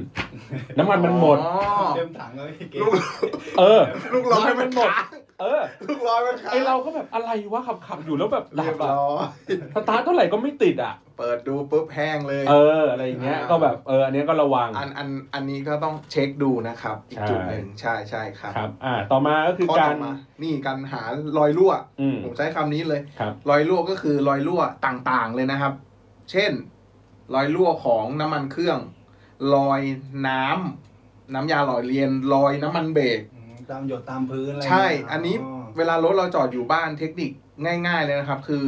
[SPEAKER 1] น้ำมันมันหมด
[SPEAKER 2] อ๋อ
[SPEAKER 3] เต็มถังเลยพี่เกม
[SPEAKER 2] ลูก
[SPEAKER 1] เออ
[SPEAKER 2] ลูกร้อยมันหมด
[SPEAKER 1] เออ
[SPEAKER 2] ลูกร้อยมันค้าง
[SPEAKER 1] ไอเราก็แบบอะไรวะขับขับอยู่แล้วแบบดั
[SPEAKER 2] เรีย
[SPEAKER 1] บบ อะ
[SPEAKER 2] ร้อย
[SPEAKER 1] สตาร์ทเท่าไหร่ก็ไม่ติดอ่ะ
[SPEAKER 2] เปิดดูปุ๊บแห้งเลย
[SPEAKER 1] เอออะไรอย่างเงี้ย
[SPEAKER 2] อ่า
[SPEAKER 1] ก็แบบเอออันเนี้ยก็ระวัง
[SPEAKER 2] อันอันอันนี้ก็ต้องเช็คดูนะครับ อีกจุดหนึ่งใช่ใช่ครับ
[SPEAKER 1] ครับ อ่า ต่อมาก็คือ
[SPEAKER 2] ข้อ
[SPEAKER 1] การ
[SPEAKER 2] ต่อมานี่การหารอยรั่ว
[SPEAKER 1] อืม
[SPEAKER 2] ผมใช้คำนี้เลย
[SPEAKER 1] ครับ
[SPEAKER 2] รอยรั่วก็คือรอยรั่วต่างๆเลยนะครับ เช่น รอยรั่วของน้ำมันเครื่อง รอยน้ำน้ำยาหล่อเลียน รอยน้ำมันเบรก
[SPEAKER 3] อืมตามหยดตามพื้นอะไร
[SPEAKER 2] ใช่ อันนี้
[SPEAKER 3] อ๋อ
[SPEAKER 2] เวลารถเราจอดอยู่บ้านเทคนิคง่าย ๆ เลยนะครับ คือ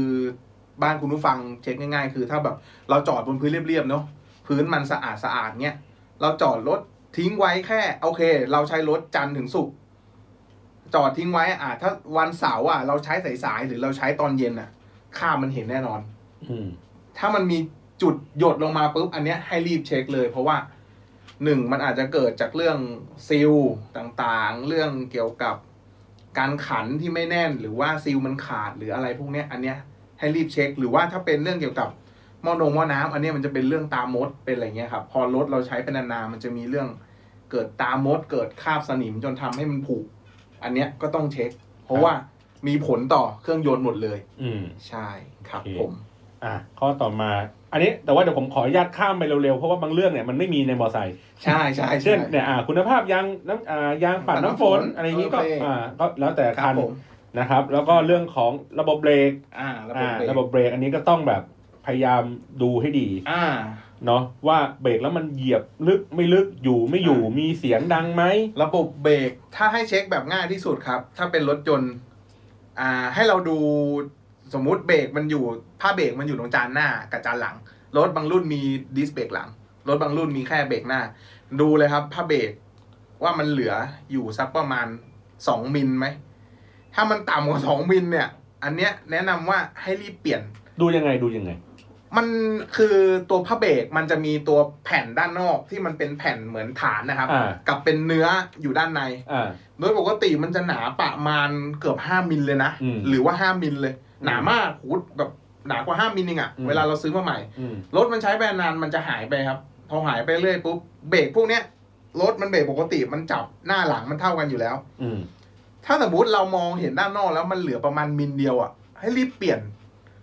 [SPEAKER 2] บ้านคุณผู้ฟังเช็คง่าย ๆ คือถ้าแบบเราจอดบนพื้นเรียบๆเนาะพื้นมันสะอาดสะอาดๆเนี่ยเราจอดรถทิ้งไว้แค่ โอเค เราใช้รถจันทร์ถึงศุกร์จอดทิ้งไว้อ่ะถ้าวันเสาร์อ่ะเราใช้สายๆหรือเราใช้ตอนเย็นอ่ะค่ามันเห็นแน่นอน
[SPEAKER 1] อืม
[SPEAKER 2] ถ้ามันมีจุดหยดลงมาปุ๊บอันเนี้ยให้รีบเช็คเลย เพราะว่าหนึ่งมันอาจจะเกิดจากเรื่องซิลต่างๆ เรื่องเกี่ยวกับการขันที่ไม่แน่น หรือว่าซิลมันขาดหรืออะไรพวกเนี้ยอันเนี้ยให้รีบเช็ค หรือว่าถ้าเป็นเรื่องเกี่ยวกับหม้อนงหม้อน้ำอันเนี้ยมันจะเป็นเรื่องตามมดเป็นอะไรเงี้ยครับพอรถเราใช้เป็นนานๆมันจะมีเรื่องเกิดตามมด เกิดคราบสนิมจนทำให้มันผุอันเนี้ยก็ต้องเช็ค เพราะว่ามีผลต่อเครื่องยนต์หมดเลย
[SPEAKER 1] อืม
[SPEAKER 2] ใช่ครับ
[SPEAKER 1] โอเค
[SPEAKER 2] ผม
[SPEAKER 1] อ่ะข้อต่อมา อันนี้แต่ว่าเดี๋ยวผมขออนุญาตข้ามไปเร็วๆ เพราะว่าบางเรื่องเนี่ยมันไม่มีในมอเตอร์ไซค์
[SPEAKER 2] ใช่ใช่ใช่
[SPEAKER 1] เช่นเนี่ยอ่าคุณภาพยางน้ำอ่ายางปัดน้ำฝน
[SPEAKER 2] ปัดน้ำฝน
[SPEAKER 1] อะไรอย่างนี้ก็
[SPEAKER 2] โอเค
[SPEAKER 1] อ่าก็แล้วแต่
[SPEAKER 2] ครั
[SPEAKER 1] คั
[SPEAKER 2] บ
[SPEAKER 1] น
[SPEAKER 2] ผม
[SPEAKER 1] นะครับ แล้วก็เรื่องของระบบเบรก
[SPEAKER 2] อ่าระบ
[SPEAKER 1] อ่า
[SPEAKER 2] บเบรก
[SPEAKER 1] ระบบเบรกอันนี้ก็ต้องแบบพยายามดูให้ดี
[SPEAKER 2] อ่า
[SPEAKER 1] เนาะว่าเบรกแล้วมันเหยียบลึกไม่ลึกอยู่ไม่อยู่มีเสียงดังไหม
[SPEAKER 2] ระบบเบรกถ้าให้เช็คแบบง่ายที่สุดครับ ถ้าเป็นรถยนต์อ่าให้เราดูสมมุติเบรกมันอยู่ผ้าเบรกมันอยู่ตรงจานหน้ากับจานหลัง รถบางรุ่นมีดิสเบรกหลัง รถบางรุ่นมีแค่เบรกหน้า ดูเลยครับผ้าเบรกว่ามันเหลืออยู่สักประมาณสองมิลไหม ถ้ามันต่ำกว่าสองมิลเนี่ย อันเนี้ยแนะนำว่าให้รีบเปลี่ยน
[SPEAKER 1] ดูยังไงดูยังไง
[SPEAKER 2] มันคือตัวผ้าเบรกมันจะมีตัวแผ่นด้านนอกที่มันเป็นแผ่นเหมือนฐานนะครับ
[SPEAKER 1] อ่า
[SPEAKER 2] กับเป็นเนื้ออยู่ด้านใน
[SPEAKER 1] อ่า
[SPEAKER 2] โดยปกติมันจะหนาประมาณเกือบ5มิลเลยนะ
[SPEAKER 1] อืม
[SPEAKER 2] หรือว่า 5มิลเลย
[SPEAKER 1] อืม
[SPEAKER 2] หนามากหูแบบหนากว่า 5มิลเองอะ
[SPEAKER 1] อืม
[SPEAKER 2] เวลาเราซื้อมาใหม่
[SPEAKER 1] อืม
[SPEAKER 2] รถมันใช้ไปนานมันจะหายไปครับ พอหายไปเรื่อยปุ๊บเบรกพวกเนี้ยรถมันเบรกปกติมันจับหน้าหลังมันเท่ากันอยู่แล้ว
[SPEAKER 1] อืม
[SPEAKER 2] ถ้าสมมติเรามองเห็นด้านนอกแล้วมันเหลือประมาณมิลเดียวอะ่ะ ให้รีบเปลี่ยน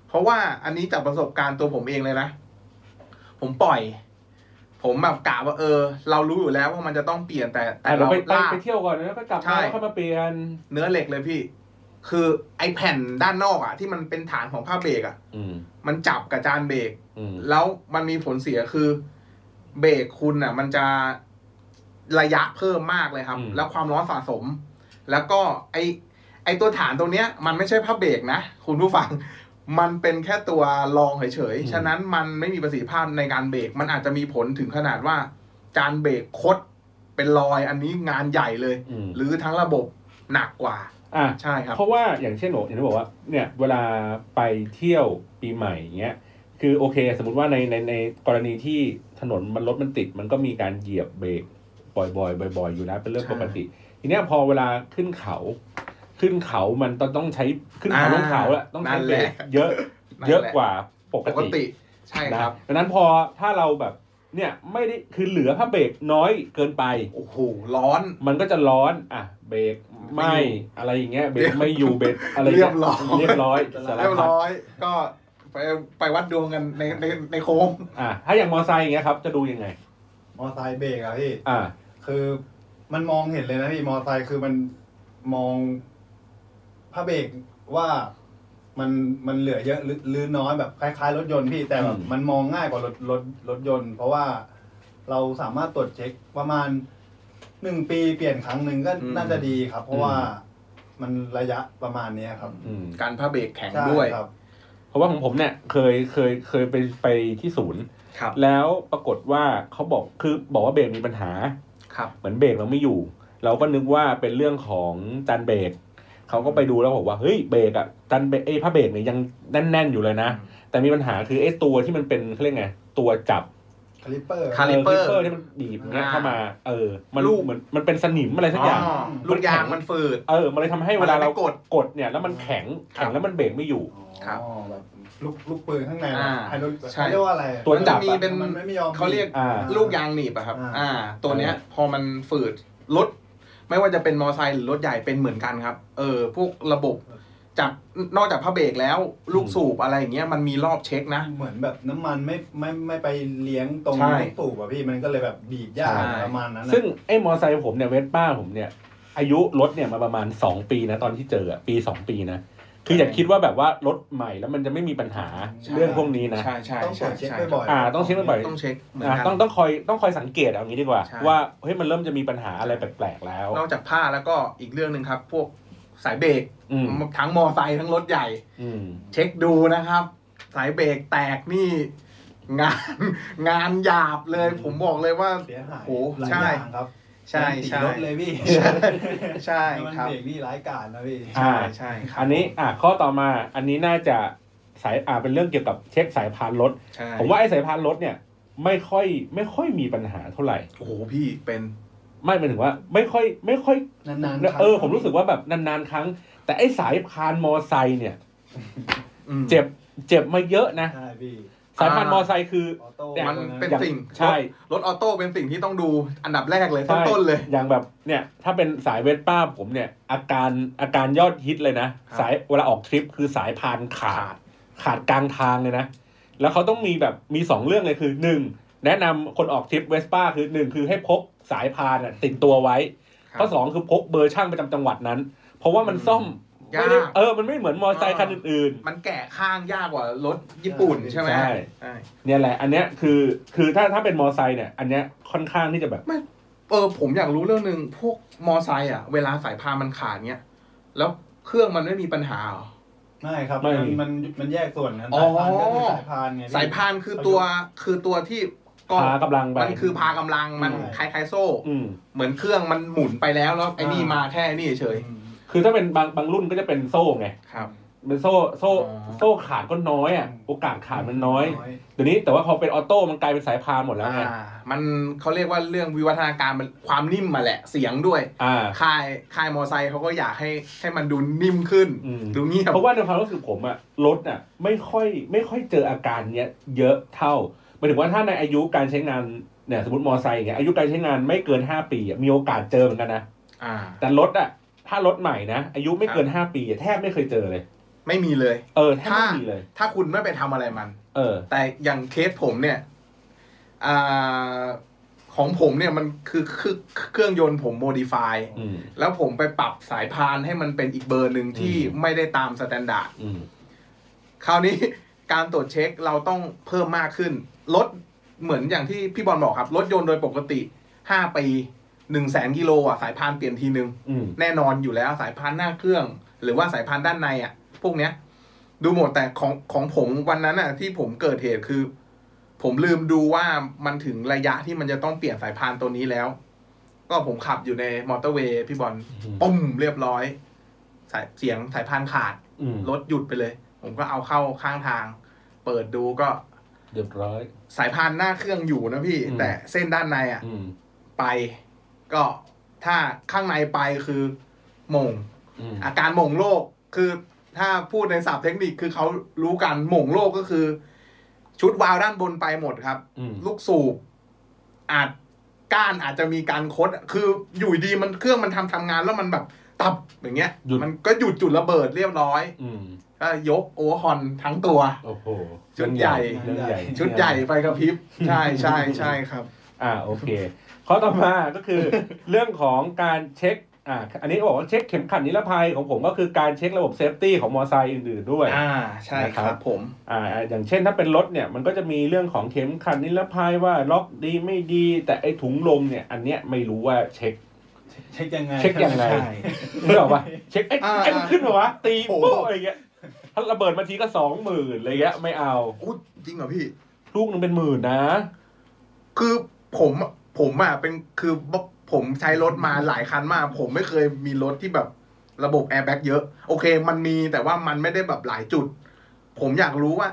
[SPEAKER 2] เพราะว่าอันนี้จากประสบการณ์ตัวผมเองเลยนะ ผมปล่อย ผมแบบกะว่าเออ เรารู้อยู่แล้วว่ามันจะต้องเปลี่ยนแต่แต่
[SPEAKER 1] แต่เรา
[SPEAKER 2] เรา
[SPEAKER 1] ไปไป
[SPEAKER 2] ลาก
[SPEAKER 1] ไปเที่ยวก่อนแล้วก็กลับ
[SPEAKER 2] ใช่
[SPEAKER 1] มาแล้วค่อยมาเปลี่ยน
[SPEAKER 2] เนื้อเหล็กเลยพี่ คือไอแผ่นด้านนอกอะ่ะ ที่มันเป็นฐานของผ้าเบรกอะ่ะ
[SPEAKER 1] อืม
[SPEAKER 2] มันจับกับจานเบรก
[SPEAKER 1] อืม
[SPEAKER 2] แล้วมันมีผลเสียคือ เบรกคุณอ่ะ มันจะ ระยะเพิ่มมากเลยครับ
[SPEAKER 1] อืม
[SPEAKER 2] แล้วความร้อนสะสม แล้วก็ไอไอตัวฐานตรงเนี้ย มันไม่ใช่ผ้าเบรกนะ คุณผู้ฟัง มันเป็นแค่ตัวรองเฉยๆ ฉะนั้นมันไม่มีประสิทธิภาพในการเบรก มันอาจจะมีผลถึงขนาดว่า จานเบรกคดเป็นรอยอันนี้งานใหญ่เลย
[SPEAKER 1] อืม
[SPEAKER 2] หรือทั้งระบบหนักกว่า
[SPEAKER 1] อ่ะ
[SPEAKER 2] ใช่ครับ
[SPEAKER 1] เพราะว่าอย่างเช่นโอย่างที่บอกว่าเนี่ยเวลาไปเที่ยวปีใหม่อย่างเงี้ยคือโอเค สมมติว่าในในในกรณีที่ถนนมันรถมันติด มันก็มีการเหยียบเบรกบ่อยๆบ่อย ๆ อยู่แล้วเป็นเรื่อง
[SPEAKER 2] ใช่
[SPEAKER 1] ปกติ ทีเนี้ยพอเวลาขึ้นเขา ขึ้นเขามันต้องต้องใช้ขึ้นเขา
[SPEAKER 2] อ่า
[SPEAKER 1] ลงเขาแหละต้องใช้
[SPEAKER 2] นั่น
[SPEAKER 1] เบร
[SPEAKER 2] แหละ
[SPEAKER 1] กเยอะ
[SPEAKER 2] นั่นแหล
[SPEAKER 1] เยอะกว่าปก
[SPEAKER 2] ปก
[SPEAKER 1] ติ
[SPEAKER 2] ติ ใช่ค
[SPEAKER 1] นะ
[SPEAKER 2] รับ
[SPEAKER 1] ดังนั้นพอถ้าเราแบบเนี่ยไม่ได้คือเหลือผ้าเบรกน้อยเกินไป
[SPEAKER 2] โอ้โห ร้อน
[SPEAKER 1] มันก็จะร้อน อ่ะ เบรกไหม่อะไรอย่างเงี้ย เบรกไม่อยู่ เบรกอะไร
[SPEAKER 2] เรียบร้อย
[SPEAKER 1] เรียบร้อยสาร
[SPEAKER 2] เรียบ
[SPEAKER 1] พัด
[SPEAKER 2] ร้อย ก็ไปไปวัดดวงกันในในในโค้ง
[SPEAKER 1] อ่ะ ถ้าอย่างมอไซค์อย่างเงี้ยครับ จะดูยังไง
[SPEAKER 3] มอไซค์เบรกอะพี่
[SPEAKER 1] อ่ะ
[SPEAKER 3] คือมันมองเห็นเลยนะพี่มอไซค์คือมันมองผ้าเบรกว่ามันมันเหลือเยอะหรือหรือน้อยแบบคล้ายๆ รถยนต์พี่แต่แบบ
[SPEAKER 1] อืม
[SPEAKER 3] มันมองง่ายกว่ารถรถรถยนต์ เพราะว่าเราสามารถตรวจเช็คประมาณหนึ่งปีเปลี่ยนครั้งหนึ่งก็
[SPEAKER 2] อืม
[SPEAKER 3] น่าจะดีครับ เพราะว่ามันระยะประมาณเนี้ยครับ
[SPEAKER 1] อืม
[SPEAKER 2] การผ้าเบรกแข็ง
[SPEAKER 3] ใช่
[SPEAKER 2] ด้วย
[SPEAKER 3] ครับ
[SPEAKER 1] เพราะว่าของผมเนี่ย เคย เคย เคยไป ไปที่ศูนย์
[SPEAKER 2] ครับ
[SPEAKER 1] แล้วปรากฏว่าเขาบอก คือบอกว่าเบรกมีปัญหา
[SPEAKER 2] ครับ
[SPEAKER 1] เหมือนเบรกเราไม่อยู่ เราก็นึกว่าเป็นเรื่องของจานเบรก เขาก็ไปดูแล้วบอกว่า เฮ้ย เบรกอะจานเบรกเอ้ยผ้าเบรกเนี่ยยังแน่นๆอยู่เลยนะ แต่มีปัญหาคือไอ้ตัวที่มันเป็นเขาเรียกไง ตัวจับ
[SPEAKER 3] คาลิปเปอร์
[SPEAKER 2] คาลิ ปเปอร์
[SPEAKER 1] เออที่มันบีบเนี่ย
[SPEAKER 2] อ่า
[SPEAKER 1] เข้ามา เออ มัน
[SPEAKER 2] ลูก
[SPEAKER 1] เหมือนมันเป็นสนิมอะไรสักอย่าง
[SPEAKER 2] อ๋อลูกยางมันฝืด
[SPEAKER 1] เออ มันเลยทำให้เวลาเรา
[SPEAKER 2] มันไม่กด
[SPEAKER 1] กดเนี่ย แล้วมันแข็ง แข็งแล้วมันเบรกไม่อยู่
[SPEAKER 2] ครับ
[SPEAKER 3] อ๋อแบบลูกลูกปืนข้างใน
[SPEAKER 2] อ่า
[SPEAKER 3] ไฮโดร
[SPEAKER 2] ใช่
[SPEAKER 3] เขาเรียกว่าอะไร
[SPEAKER 1] ตัวจับ
[SPEAKER 2] มันจะมีเป็น
[SPEAKER 3] มันไม่ยอม
[SPEAKER 2] เขาเรียก
[SPEAKER 1] อ่า
[SPEAKER 2] ลูกยางหนีบอะครับ
[SPEAKER 3] อ่า
[SPEAKER 2] อ่า ตัวเนี้ยพอมันฝืดรถ ไม่ว่าจะเป็นมอไซค์หรือรถใหญ่เป็นเหมือนกันครับ เออ พวกระบบจากนอกจากผ้าเบรกแล้วลูกสูบอะไรอย่างเงี้ยมันมีรอบเช็คนะ
[SPEAKER 3] เหมือนแบบน้ำมันไม่ไม่ไม่ไปเลี้ยงตรง
[SPEAKER 2] ใช่
[SPEAKER 3] ลูกสูบอะพี่มันก็เลยแบบบีบยาก
[SPEAKER 2] ใช่
[SPEAKER 3] ประมาณนั้นอะ
[SPEAKER 1] ซึ่งไอ้มอไซค์ผมเนี่ย เวสป้าผมเนี่ย อายุรถเนี่ยมาประมาณสองปีนะ ตอนที่เจออะปีสองปีนะ คืออย่าคิดว่าแบบว่ารถใหม่แล้วมันจะไม่มีปัญหา
[SPEAKER 2] ใช่
[SPEAKER 1] เรื่องพวกนี้นะ
[SPEAKER 2] ใช่ใช่
[SPEAKER 3] ต้องก
[SPEAKER 2] ใช่
[SPEAKER 3] ดเช็ค
[SPEAKER 2] ใช่
[SPEAKER 3] บ่อยๆ
[SPEAKER 1] อ่าต้องเช็คบ่อย
[SPEAKER 2] ต้องเช็คเหมือน
[SPEAKER 1] อ่ะ
[SPEAKER 2] กัน
[SPEAKER 1] ต้องต้องคอยต้องคอยสังเกตเอางี้ดีกว่า
[SPEAKER 2] ใช่
[SPEAKER 1] ว่า เฮ้ย มันเริ่มจะมีปัญหาอะไรแปลกๆแล้ว
[SPEAKER 2] นอกจากผ้าแล้วก็อีกเรื่องหนึ่งครับ พวกสายเบรก
[SPEAKER 1] อืม
[SPEAKER 2] ทั้งมอไซค์ทั้งรถใหญ่
[SPEAKER 1] อืม
[SPEAKER 2] เช็คดูนะครับ สายเบรกแตกนี่ งาน [LAUGHS] งานหยาบเลย ผมบอกเลยว่า
[SPEAKER 3] เสียหาย
[SPEAKER 2] โอ้โห
[SPEAKER 3] หลาย
[SPEAKER 2] ใช่
[SPEAKER 3] อย่างครับ
[SPEAKER 2] ใช่
[SPEAKER 3] ติด
[SPEAKER 2] ใช่
[SPEAKER 3] รถเลยพี่
[SPEAKER 2] ใช่
[SPEAKER 3] มัน
[SPEAKER 2] ครับ
[SPEAKER 3] เบรกนี่ร้ายกาจนะพี่
[SPEAKER 1] อ่า
[SPEAKER 2] ใช่ใช่ครับ
[SPEAKER 1] อันนี้อ่ะข้อต่อมาอันนี้น่าจะสายอ่าเป็นเรื่องเกี่ยวกับเช็คสายพานรถ
[SPEAKER 2] ใช่
[SPEAKER 1] ผมว่าไอ้สายพานรถเนี่ย ไม่ค่อยไม่ค่อยมีปัญหาเท่าไหร่
[SPEAKER 2] โอ้โหพี่เป็น
[SPEAKER 1] ไม่หมายถึงว่าไม่ค่อยไม่ค่อย
[SPEAKER 3] นานๆครั้ง
[SPEAKER 1] เออผมรู้สึกว่าแบบนานๆครั้ง แต่ไอ้สายพานมอไซค์เนี่ย
[SPEAKER 2] อืม
[SPEAKER 1] เจ็บเจ็บมาเยอะนะ
[SPEAKER 3] ใช่พี่
[SPEAKER 1] สายพาน
[SPEAKER 2] อ่าม ม
[SPEAKER 1] อไซค์คือ
[SPEAKER 3] ออโต้
[SPEAKER 1] เนี่ย
[SPEAKER 2] มันเป็น
[SPEAKER 1] อย่าง
[SPEAKER 2] สิ่ง
[SPEAKER 1] ใช่
[SPEAKER 2] รถรถออโต้เป็นสิ่งที่ต้องดูอันดับแรกเลย
[SPEAKER 1] ใช่
[SPEAKER 2] ต้นๆเลย
[SPEAKER 1] อย่างแบบเนี่ย ถ้าเป็นสายเวสป้าผมเนี่ย อาการอาการยอดฮิตเลยนะ
[SPEAKER 2] ครับ
[SPEAKER 1] สายเวลาออกทริปคือสายพานขาด ขาดกลางทางเลยนะ แล้วเขาต้องมีแบบมีสองเรื่องเลยคือหนึ่งแนะนำคนออกทริปเวสป้าคือหนึ่งคือให้พกสายพานอะติดตัวไว้
[SPEAKER 2] ครับ
[SPEAKER 1] ข้อสองคือพกเบอร์ช่างประจำจังหวัดนั้น เพราะว่ามันซ่อม
[SPEAKER 2] ยาก
[SPEAKER 1] ไม่ได้เออ มันไม่เหมือนมอเตอร์ไซค์
[SPEAKER 2] อ่า
[SPEAKER 1] คันอื่น
[SPEAKER 2] มันแกะข้างยากกว่ารถญี่ปุ่นใช่ไหม
[SPEAKER 1] ใช่
[SPEAKER 2] ใช่
[SPEAKER 1] ๆ เนี่ยแหละ อันเนี้ยคือคือถ้าถ้าเป็นมอเตอร์ไซค์เนี่ย อันเนี้ยค่อนข้างที่จะแบบ
[SPEAKER 2] เออผมอยากรู้เรื่องหนึ่งพวกมอไซค์อ่ะ เวลาสายพานมันขาดเนี้ยแล้วเครื่องมันไม่มีปัญหาเหรอ
[SPEAKER 3] ไม่ครับ
[SPEAKER 1] ไม่
[SPEAKER 3] มันมันมันแยกส่วนนะ
[SPEAKER 2] อ๋
[SPEAKER 3] สา
[SPEAKER 2] อ
[SPEAKER 3] ยพานก็คือสายพานไงพี่
[SPEAKER 2] สายพานคือตัวคือตัวที่ก็
[SPEAKER 1] พากำลังไป
[SPEAKER 2] มันคือพากำลังมัน
[SPEAKER 3] ใช่
[SPEAKER 2] คล้ายๆโซ่
[SPEAKER 1] อืม
[SPEAKER 2] เหมือนเครื่องมันหมุนไปแล้วแล้วไอ้นี่มาแค่นี่เฉย
[SPEAKER 3] อืม
[SPEAKER 1] คือถ้าเป็นบางบางรุ่นก็จะเป็นโซ่ไง
[SPEAKER 2] ครับ
[SPEAKER 1] เป็นโซ่โซ่
[SPEAKER 2] อ๋อ
[SPEAKER 1] โซ่ขาดก็น้อยอ่ะ
[SPEAKER 3] อืม
[SPEAKER 1] โอกาสขาดมันน้อยเดี๋ยวนี้แต่ว่าพอเป็นออโต้มันกลายเป็นสายพานหมดแล้วไง
[SPEAKER 2] อ่า มันเขาเรียกว่าเรื่องวิวัฒนาการมันความนิ่มมาแหละเสียงด้วย
[SPEAKER 1] อ่า
[SPEAKER 2] ค่ายค่ายมอไซค์เขาก็อยากให้ให้มันดูนิ่มขึ้น
[SPEAKER 1] อืม
[SPEAKER 2] ดูเงียบ
[SPEAKER 1] เพราะว่าในความรู้สึกผมอะรถอะไม่ค่อยไม่ค่อยเจออาการเนี้ยเยอะเท่าหมายถึงว่าถ้าในอายุการใช้งานเนี่ยสมมติมอไซค์อย่างเงี้ยอายุการใช้งานไม่เกินห้าปีอะมีโอกาสเจอเหมือนกันนะ
[SPEAKER 2] อ่า
[SPEAKER 1] แต่รถอะถ้ารถใหม่นะอายุไม่เกินห้าปีอะแทบไม่เคยเจอเลย
[SPEAKER 2] ไม่มีเลย
[SPEAKER 1] เออแทบไม่มีเลย
[SPEAKER 2] ถ้าคุณไม่ไปทำอะไรมัน
[SPEAKER 1] เออ
[SPEAKER 2] แต่อย่างเคสผมเนี่ยอ่าของผมเนี่ยมันคือคือคือเครื่องยนต์ผมโมดิฟาย
[SPEAKER 1] อืม
[SPEAKER 2] แล้วผมไปปรับสายพานให้มันเป็นอีกเบอร์หนึ่งที่
[SPEAKER 1] อืม
[SPEAKER 2] ไม่ได้ตามสแตนดาร์ด
[SPEAKER 1] อืม
[SPEAKER 2] คราวนี้ การตรวจเช็คเราต้องเพิ่มมากขึ้น รถเหมือนอย่างที่พี่บอลบอกครับ รถยนต์โดยปกติ 5 ปี หนึ่งแสนกิโลอ่ะสายพานเปลี่ยนทีนึง
[SPEAKER 1] อืม
[SPEAKER 2] แน่นอนอยู่แล้วสายพานหน้าเครื่อง หรือว่าสายพานด้านในอ่ะ พวกเนี้ย ดูหมดแต่ของของผมวันนั้นอ่ะ ที่ผมเกิดเหตุคือ ผมลืมดูว่ามันถึงระยะที่มันจะต้องเปลี่ยนสายพานตัวนี้แล้ว ก็ผมขับอยู่ในมอเตอร์เวย์พี่บอลปุ้มเรียบร้อย สายเสียงสายพานขาด
[SPEAKER 1] อืม
[SPEAKER 2] รถหยุดไปเลย ผมก็เอาเข้าข้างทาง เปิดดูก็
[SPEAKER 1] เรียบร้อย
[SPEAKER 2] สายพานหน้าเครื่องอยู่นะพี่
[SPEAKER 1] อืม
[SPEAKER 2] แต่เส้นด้านในอ่ะ
[SPEAKER 1] อืม
[SPEAKER 2] ไป ก็ถ้าข้างในไปคือหม่ง
[SPEAKER 1] อืม
[SPEAKER 2] อาการหม่งโลกคือถ้าพูดในศัพท์เทคนิคคือเขารู้กันหม่งโลกก็คือ ชุดวาล์วด้านบนไปหมดครับ
[SPEAKER 1] อืม
[SPEAKER 2] ลูกสูบอาจก้านอาจจะมีการคดคืออยู่ดีมันเครื่องมันทำทำงานแล้วมันแบบตับอย่างเงี้ย มันก็หยุดจุดระเบิดเรียบร้อย
[SPEAKER 1] อืม
[SPEAKER 2] ก็ยกโอเวอร์ฮอร์นทั้งตัว
[SPEAKER 1] โอ้โห
[SPEAKER 2] ชุดใหญ่
[SPEAKER 1] เรื่องใหญ่
[SPEAKER 2] ชุดใหญ่ไฟกระพริบ ใช่ใช่ใช่ครับ
[SPEAKER 1] อ่าโอเคข้อต่อมาก็คือ [LAUGHS] เรื่องของการเช็คอ่าอันนี้บอกว่าเช็คเข็มขัดนิรภัยของผมก็คือการเช็คระบบเซฟตี้ของมอไซค์อื่นๆด้วย
[SPEAKER 2] อ่าใช่ค
[SPEAKER 1] นะครั
[SPEAKER 2] รับบ ผม
[SPEAKER 1] อ่าอย่างเช่นถ้าเป็นรถเนี่ยมันก็จะมีเรื่องของเข็มขัดนิรภัยว่าล็อกดีไม่ดี แต่ไอ้ถุงลมเนี่ย อันเนี้ยไม่รู้ว่าเช็ค
[SPEAKER 3] เช็คยังไง
[SPEAKER 1] เช็คยังไง
[SPEAKER 3] ใช่
[SPEAKER 1] นึกออกปะเช็คไอ้
[SPEAKER 2] อ่า
[SPEAKER 1] ไอ้มันขึ้นมาวะตี
[SPEAKER 2] โอ้โห
[SPEAKER 1] ปุ๊บอะไรเงี้ยถ้าระเบิดมาทีก็สองหมื่นอะไรเงี้ยไม่เอา
[SPEAKER 2] อู้จริงเหรอพี่
[SPEAKER 1] ลูกหนึงเป็นหมื่นนะ
[SPEAKER 2] คือผมผมอ่ะเป็นคือผมใช้รถมาหลายคันมาก ผมไม่เคยมีรถที่แบบระบบแอร์แบ็กเยอะ โอเค มันมีแต่ว่ามันไม่ได้แบบหลายจุด ผมอยากรู้ว่า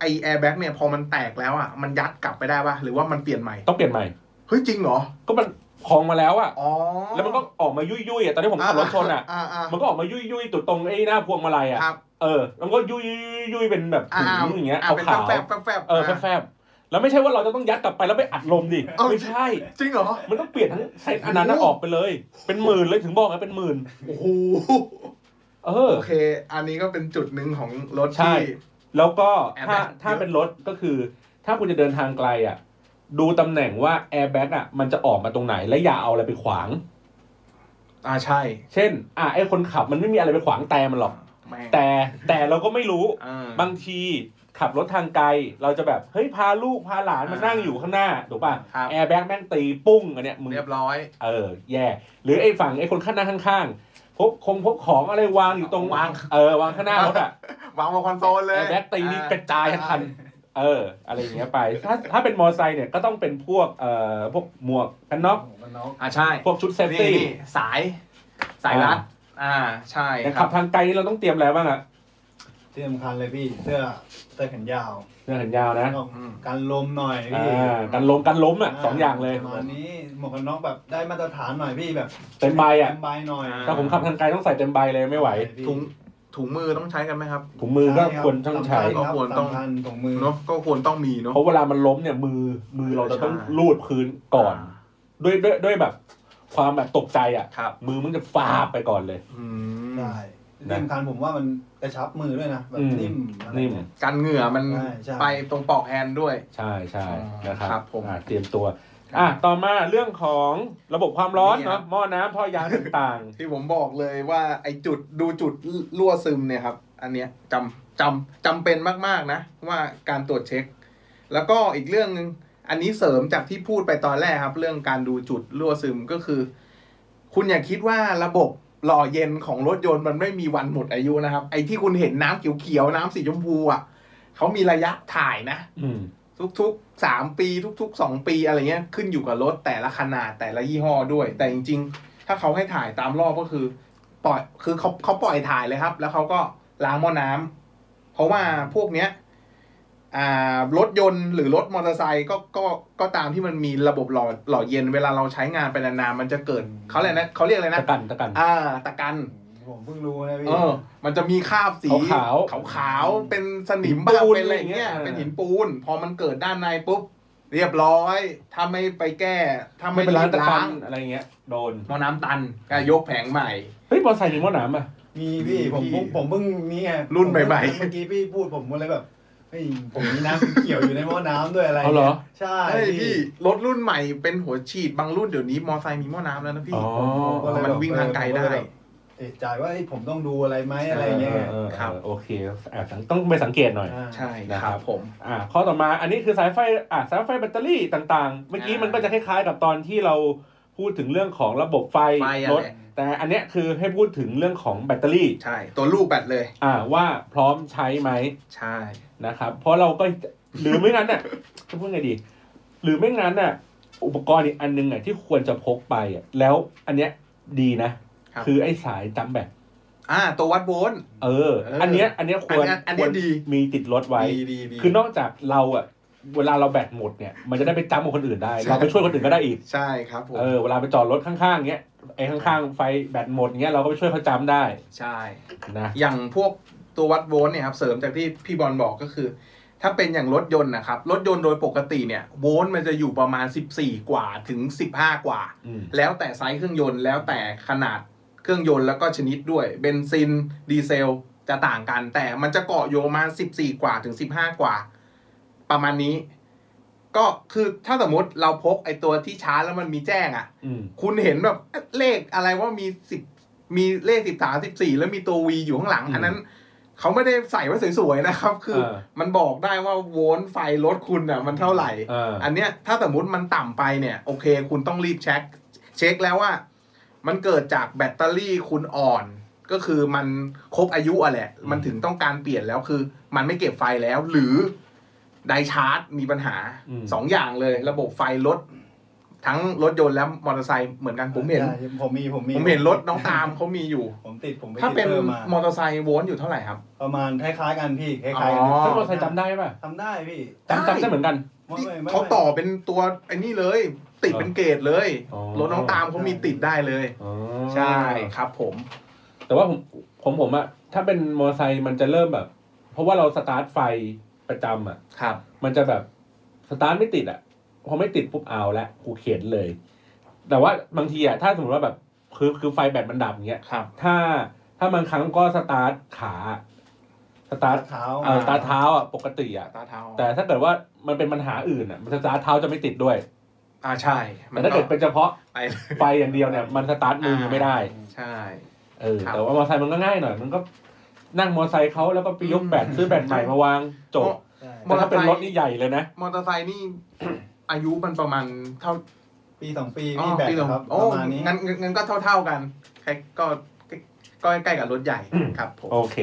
[SPEAKER 2] ไอแอร์แบ็กเนี่ยพอมันแตกแล้วอ่ะมันยัดกลับไปได้ปะหรือว่ามันเปลี่ยนใหม่
[SPEAKER 1] ต้องเปลี่ยนใหม่
[SPEAKER 2] เฮ้ยจริงเหรอ
[SPEAKER 1] ก็มันพองมาแล้วอะ
[SPEAKER 2] อ๋อ
[SPEAKER 1] แล้วมันก็ออกมายุ่ยๆอะตอนที่ผมขับรถชนอะ
[SPEAKER 2] อ่าอ่า
[SPEAKER 1] มันก็ออกมายุ่ยๆตุดตรงไอ้หน้าพวงมาลัยอะ
[SPEAKER 2] ครับ
[SPEAKER 1] เออแล้วมันก็ยุยยุยยุยเป็นแบบ
[SPEAKER 2] อ่า
[SPEAKER 1] ถุงอย่างเงี้ย
[SPEAKER 2] อ่า
[SPEAKER 1] ขา
[SPEAKER 2] เป็น
[SPEAKER 1] ว
[SPEAKER 2] แฟบแฟบแฟบ
[SPEAKER 1] ๆเออแฟบๆแล้วไม่ใช่ว่าเราจะต้องยัดกลับไปแล้วไปอัดลมดิไม่ใช่
[SPEAKER 2] จริงเหรอ
[SPEAKER 1] มันต้องเปลี่ยนทั้งเซตอันนั้นนะ
[SPEAKER 2] โอ้โห
[SPEAKER 1] ออกไปเลย เป็นหมื่นเลยถึงบอกไงเป็นหมื่น
[SPEAKER 2] โอ้โห
[SPEAKER 1] เออ
[SPEAKER 2] โอเค อันนี้ก็เป็นจุดหนึ่งของรถ
[SPEAKER 1] ใช่
[SPEAKER 2] ที่
[SPEAKER 1] แล้วก็ถ้า
[SPEAKER 2] Airbag
[SPEAKER 1] ถ้า
[SPEAKER 2] เยอะ
[SPEAKER 1] เป็นรถก็คือ ถ้าคุณจะเดินทางไกลอ่ะ ดูตำแหน่งว่าแอร์แบ็กอ่ะมันจะออกมาตรงไหนและอย่าเอาอะไรไปขวาง
[SPEAKER 2] อ่าใช่
[SPEAKER 1] เช่น อ่ะไอ้คนขับมันไม่มีอะไรไปขวางแต่มันหรอก
[SPEAKER 2] ม่ง
[SPEAKER 1] แต่แต่เราก็ไม่รู้
[SPEAKER 2] อ่
[SPEAKER 1] บางทีขับรถทางไกล เราจะแบบเฮ้ยพาลูกพาหลานมา
[SPEAKER 2] อ่านั่
[SPEAKER 1] นั่งอยู่ข้างหน้าถูกป่ะ
[SPEAKER 2] ครับ
[SPEAKER 1] แอร์แบ็กแม่งตีปุ้งอันเนี้ยมึง
[SPEAKER 2] เรียบร้อย
[SPEAKER 1] เออแย่หรือไอ้ฝั่งไอ้คนข้างหน้าข้างๆพกคงพกของอะไรวางอยู่ตรง
[SPEAKER 2] วาง
[SPEAKER 1] เออวางข้างหน้ารถอ่ะ
[SPEAKER 2] วางบนคอนโซลเล
[SPEAKER 1] แอย ร์แบ็กตีนี่
[SPEAKER 2] อ่
[SPEAKER 1] กระจายทั้งคันเออ อะไรอย่างเงี้ยไป ถ้าถ้าเป็นมอไซค์เนี่ยก็ต้องเป็นพวกเอ่อพวกหมวกกันน็อก
[SPEAKER 3] มันน้อง
[SPEAKER 2] อ่าใช่
[SPEAKER 1] พวกชุดเซฟ
[SPEAKER 2] นี่
[SPEAKER 1] ตี้
[SPEAKER 2] นี่สาย สายรัด อ่า ใช่
[SPEAKER 1] แต่
[SPEAKER 2] ค
[SPEAKER 1] ขั
[SPEAKER 2] รั
[SPEAKER 1] บบ ทางไกลนี่เราต้องเตรียมอะไรบ้างอ่ะ
[SPEAKER 3] ที่สำคัญเลยพี่เสื้อเสื้อแขนยาว
[SPEAKER 1] เรื่องแขนยาวนะ
[SPEAKER 3] แล้วก็กันลมหน่อย
[SPEAKER 1] อ่
[SPEAKER 3] พี่
[SPEAKER 1] ากันล้มกันล้มอ่ะสองอย่างเลย
[SPEAKER 3] ประมาณนี้หมวกกันน็อกแบบได้มาตรฐานหน่อยพี่แบบ
[SPEAKER 1] เต็มใบอ่ะ
[SPEAKER 3] เต็มใบหน่อย
[SPEAKER 2] อ่า
[SPEAKER 1] ถ้าผมขับทางไกลต้องใส่เต็มใบเลยไม่ไหว
[SPEAKER 3] พี่
[SPEAKER 2] ถุงถุงมือต้องใช้กันไหมครับ
[SPEAKER 1] ถุงมือก็ควรต้องใช้
[SPEAKER 3] สำคัญครับ
[SPEAKER 2] ควรต้อง
[SPEAKER 3] สำคัญถุงมือ
[SPEAKER 2] เนาะก็ควรต้องมีเนาะ
[SPEAKER 1] เพราะเวลามันล้มเนี่ยมือมือเราจะต้อง
[SPEAKER 2] ใช่
[SPEAKER 1] ลูดพื้นก่อน ด้วยด้วยด้วยแบบความแบบตกใจอ่ะ
[SPEAKER 2] ครับ
[SPEAKER 1] มือมันจะฟาบไปก่อนเลย
[SPEAKER 2] อืม
[SPEAKER 3] ได้ที่สำคัญผมว่ามันกระชับมือด้วยนะแบบ
[SPEAKER 1] อืม
[SPEAKER 3] นิ่มอะไร
[SPEAKER 1] นี่
[SPEAKER 3] เย
[SPEAKER 2] กันเหงื่อมัน
[SPEAKER 3] ใช่ใช่
[SPEAKER 2] ไปตรงปอกแฮนด์ด้วย
[SPEAKER 1] ใช่ใช่นะครับ
[SPEAKER 2] ครับผม
[SPEAKER 1] อ่ะเตรียมตัว อ่ะต่อมาเรื่องของระบบความร้อนเนาะหม้อน้ำท่อยางต่าง
[SPEAKER 2] ที่ผมบอกเลยว่าไอจุดดูจุดรั่วซึมเนี่ยครับ อันเนี้ยจำจำจำเป็นมาก ๆ นะ ว่าการตรวจเช็ค แล้วก็อีกเรื่องหนึงอันนี้เสริมจากที่พูดไปตอนแรกครับ เรื่องการดูจุดรั่วซึมก็คือ คุณอย่าคิดว่าระบบหล่อเย็นของรถยนต์มันไม่มีวันหมดอายุนะครับ ไอที่คุณเห็นน้ำเขียวๆน้ำสีชมพูอ่ะเขามีระยะถ่ายนะ
[SPEAKER 1] ๆ อืม
[SPEAKER 2] ทุกๆสามปีทุกๆสองปีอะไรเงี้ยขึ้นอยู่กับรถแต่ละขนาดแต่ละยี่ห้อด้วย แต่จริงๆ ถ้าเขาให้ถ่ายตามรอบก็คือ ปล่อยคือเขาเขาปล่อยถ่ายเลยครับ แล้วเขาก็ล้างหม้อน้ำเพราะว่าพวกเนี้ยอ่ารถยนต์หรือรถมอเตอร์ไซค์ก็ก็ก็ตามที่มันมีระบบหล่อหล่อเย็นเวลาเราใช้งานไปนานๆมันจะเกิดเขาเรียกนะเขาเรียกอะไรนะ
[SPEAKER 1] ตะกันตะกัน
[SPEAKER 2] อ่าตะกัน
[SPEAKER 3] ผมเพิ่งรู้นะพี่
[SPEAKER 2] เออ มันจะมีคราบสี
[SPEAKER 1] ขาว
[SPEAKER 2] ขาวๆเป็นสนิมบ้าง
[SPEAKER 1] ปูน
[SPEAKER 2] เป็นอะไรอย่างเงี้ย
[SPEAKER 1] อะไรอย่างเงี้ย
[SPEAKER 2] เป็นหินปูน พอมันเกิดด้านในปุ๊บ เรียบร้อย ถ้าไม่ไปแก้ ถ้า
[SPEAKER 1] ไม่
[SPEAKER 2] ไม่
[SPEAKER 1] เป็นร้านตะกั
[SPEAKER 2] ล้าน ง
[SPEAKER 1] อะไรเงี้ยโดน
[SPEAKER 2] หมอน้ำตันก็ยกแผงใหม่
[SPEAKER 1] เฮ้ยมอไซค์มีหม้อน้ำป่ะ
[SPEAKER 3] มีพี่ผม
[SPEAKER 2] มีพี่
[SPEAKER 3] ผมผมเพิ่งนี่ไง
[SPEAKER 2] รุ่นใหม่ๆ
[SPEAKER 3] เมื่อกี้พี่พูดผมก็เลยแบบเฮ้ยผมมีน้ำเขียวอยู่ในหม้อน้ำด้วยอะไร
[SPEAKER 1] เอาเหรอ
[SPEAKER 3] ใช่
[SPEAKER 2] ใช่พี่รถรุ่นใหม่เป็นหัวฉีดบางรุ่นเดี๋ยวนี้มอไซค์มีหมอน้ำแล้วนะพี่
[SPEAKER 1] อ๋อ
[SPEAKER 3] ผมก็เลย
[SPEAKER 2] มันวิ่งทางไกลได้
[SPEAKER 3] ผมเยแบบเอะใจว่าเอ้ยผมต้องดูอะไรไหมอะไรเงี้ย
[SPEAKER 1] เออเออเออ
[SPEAKER 2] ครับ
[SPEAKER 1] โอเคอ่ะต้องไปสังเกตหน่อย
[SPEAKER 3] อ่า
[SPEAKER 2] ใช่ครับผม
[SPEAKER 1] อ่าข้อต่อมาอันนี้คือสายไฟอ่าสายไฟแบตเตอรี่ต่างๆ เมื่อกี้
[SPEAKER 2] อ่ามั
[SPEAKER 1] มันก็จะคล้ายๆกับตอนที่เรา พูดถึงเรื่องของระบบไฟ
[SPEAKER 2] ไฟอะ
[SPEAKER 1] รถ
[SPEAKER 2] แหละ
[SPEAKER 1] แต่อันเนี้ยคือให้พูดถึงเรื่องของแบตเตอรี่
[SPEAKER 2] ใช่ ตัวลูกแบตเลย
[SPEAKER 1] อ่าว่าพร้อมใช้ไหม
[SPEAKER 2] ใช่
[SPEAKER 1] นะครับ เพราะเราก็หรือไม่งั้นน่ะ [LAUGHS] จะพูดไงดี หรือไม่งั้นน่ะ อุปกรณ์อีกอันนึงอ่ะที่ควรจะพกไปอ่ะแล้วอันเนี้ยดีนะ
[SPEAKER 2] ครับ
[SPEAKER 1] คือไอ้สายจำแบต
[SPEAKER 2] อ่าตัววัดโวลต์
[SPEAKER 1] เออ
[SPEAKER 2] เอออั
[SPEAKER 1] อันเนี้ยอันเนี้ยควร
[SPEAKER 2] อันเนี้ยอันเนี้
[SPEAKER 1] ควร
[SPEAKER 2] ยดี
[SPEAKER 1] มีติดรถไว้
[SPEAKER 2] ดีดีดี
[SPEAKER 1] คือนอกจากเราอ่ะเวลาเราแบตหมดเนี่ย มันจะได้ไปจำกับคนอื่นได้
[SPEAKER 2] ใช่
[SPEAKER 1] เราไปช่วยคนอื่นก็ได้อีก
[SPEAKER 2] ใช่ครับผม
[SPEAKER 1] เออเวลาไปจอดรถข้างๆเงี้ยไอ้ข้างๆไฟแบตหมดเงี้ยเราก็ไปช่วยเขาจำได้
[SPEAKER 2] ใช่
[SPEAKER 1] นะ
[SPEAKER 2] อย่างพวกตัววัดโวลต์เนี่ยครับเสริมจากที่พี่บอลบอกก็คือ ถ้าเป็นอย่างรถยนต์นะครับ รถยนต์โดยปกติเนี่ย โวลต์มันจะอยู่ประมาณ 14 กว่าถึง 15 กว่า
[SPEAKER 1] อืม
[SPEAKER 2] แล้วแต่ไซส์เครื่องยนต์แล้วแต่ขนาดเครื่องยนต์แล้วก็ชนิดด้วยเบนซินดีเซลจะต่างกัน แต่มันจะเกาะโยมา 14 กว่าถึง 15 กว่า ประมาณนี้ ก็คือถ้าสมมติเราพกไอตัวที่ชาร์จแล้วมันมีแจ้งอะ
[SPEAKER 1] อืม
[SPEAKER 2] คุณเห็นแบบเลขอะไรว่ามีสิบมีเลขสิบสามสิบสี่แล้วมีตัววีอยู่ข้างหลัง อันนั้นเขาไม่ได้ใส่ไว้สวยๆนะครับ คืออ
[SPEAKER 1] เ
[SPEAKER 2] มันบอกได้ว่าโวลต์ไฟรถคุณอ่ะมันเท่าไหร่
[SPEAKER 1] เออ
[SPEAKER 2] อันเนี้ยถ้าสมมติมันต่ำไปเนี่ย โอเค คุณต้องรีบเช็ค เช็คแล้วว่า มันเกิดจากแบตเตอรี่คุณอ่อน ก็คือมันครบอายุอะแหละ มันถึงต้องการเปลี่ยนแล้วคือ มันไม่เก็บไฟแล้วหรือไดชาร์จมีปัญหา
[SPEAKER 1] อืม
[SPEAKER 2] สองอย่างเลย ระบบไฟรถ ทั้งรถยนต์และมอเตอร์ไซค์เหมือนกันผมเห็น
[SPEAKER 3] ใช่ผมมีผมมี
[SPEAKER 2] ผมเห็นรถน้องตามเขามีอยู่
[SPEAKER 3] ผมติดผมไป
[SPEAKER 2] ถ้า
[SPEAKER 3] ติด
[SPEAKER 2] เป็น
[SPEAKER 3] พิ่มมาม
[SPEAKER 2] อเตอร์ไซค์โวลต์อยู่เท่าไหร่ครับ
[SPEAKER 3] ประมาณคล้ายๆกันพี่คล้ายๆกั
[SPEAKER 2] อ๋อ
[SPEAKER 1] แล้วมอเตอร์ไซค์จำได้ป่ะ
[SPEAKER 3] ทำได้พี่
[SPEAKER 1] จำจำได้เหมือนกัน
[SPEAKER 3] ไม่ไม่ไม่
[SPEAKER 2] เขาต่อเป็นตัวไอ้นี่เลย ติดเป็นเกรดเลย
[SPEAKER 1] อ๋อ
[SPEAKER 2] รถน้องตามเขามีติดได้เลย
[SPEAKER 1] อ๋อ
[SPEAKER 2] ใช่ครับผม
[SPEAKER 1] แต่ว่าผมผมผมอะถ้าเป็นมอเตอร์ไซค์มันจะเริ่มแบบ เพราะว่าเราสตาร์ทไฟประจำอะ
[SPEAKER 2] ครับ
[SPEAKER 1] มันจะแบบสตาร์ทไม่ติดอะพอไม่ติดปุ๊บเอาละกูเข็นเลย แต่ว่าบางทีอะถ้าสมมติว่าแบบคือคือไฟแบตมันดับเงี้ย
[SPEAKER 2] ครับ
[SPEAKER 1] ถ้าถ้าบางครั้งก็สตาร์ทขาสตาร์ท
[SPEAKER 3] เท้า
[SPEAKER 1] เออสตาร์ทเท้าอะปกติอะ
[SPEAKER 2] ตาเท้า
[SPEAKER 1] แต่ถ้าเกิดว่ามันเป็นปัญหาอื่นอะมันสตาร์ทเท้าจะไม่ติดด้วย
[SPEAKER 2] อ่าใช่
[SPEAKER 1] แต่ถ้าเกิดเป็นเฉพาะ
[SPEAKER 2] ไปเลย
[SPEAKER 1] ไฟอย่างเดียวเนี่ยมันสตาร์ทมือไม่ได้
[SPEAKER 2] ใช่
[SPEAKER 1] เออ
[SPEAKER 2] ครับ
[SPEAKER 1] แต่ว่ามอเตอร์ไซค์มันก็ง่ายหน่อย มันก็นั่งมอเตอร์ไซค์เขาแล้วก็ไปยกแบตซื้อแบตใหม่มาวางจบ
[SPEAKER 3] ใช่
[SPEAKER 1] แต่ถ้าเป็นรถนี่ใหญ่เลยนะ
[SPEAKER 2] มอเตอร์ไซค์นี่ [COUGHS] อายุมันประมาณเท่า
[SPEAKER 3] ปีสองปี
[SPEAKER 2] อ๋อ
[SPEAKER 3] พี่
[SPEAKER 2] ปี
[SPEAKER 3] แบต
[SPEAKER 2] สอง
[SPEAKER 3] ครับ
[SPEAKER 2] โอ้
[SPEAKER 3] ประมาณนี้
[SPEAKER 2] งั้นงั้นงั้นก็เท่าเท่าๆกันใกล้ก็ก็ใกล้ๆกับรถใหญ่ครับผม
[SPEAKER 1] โอเค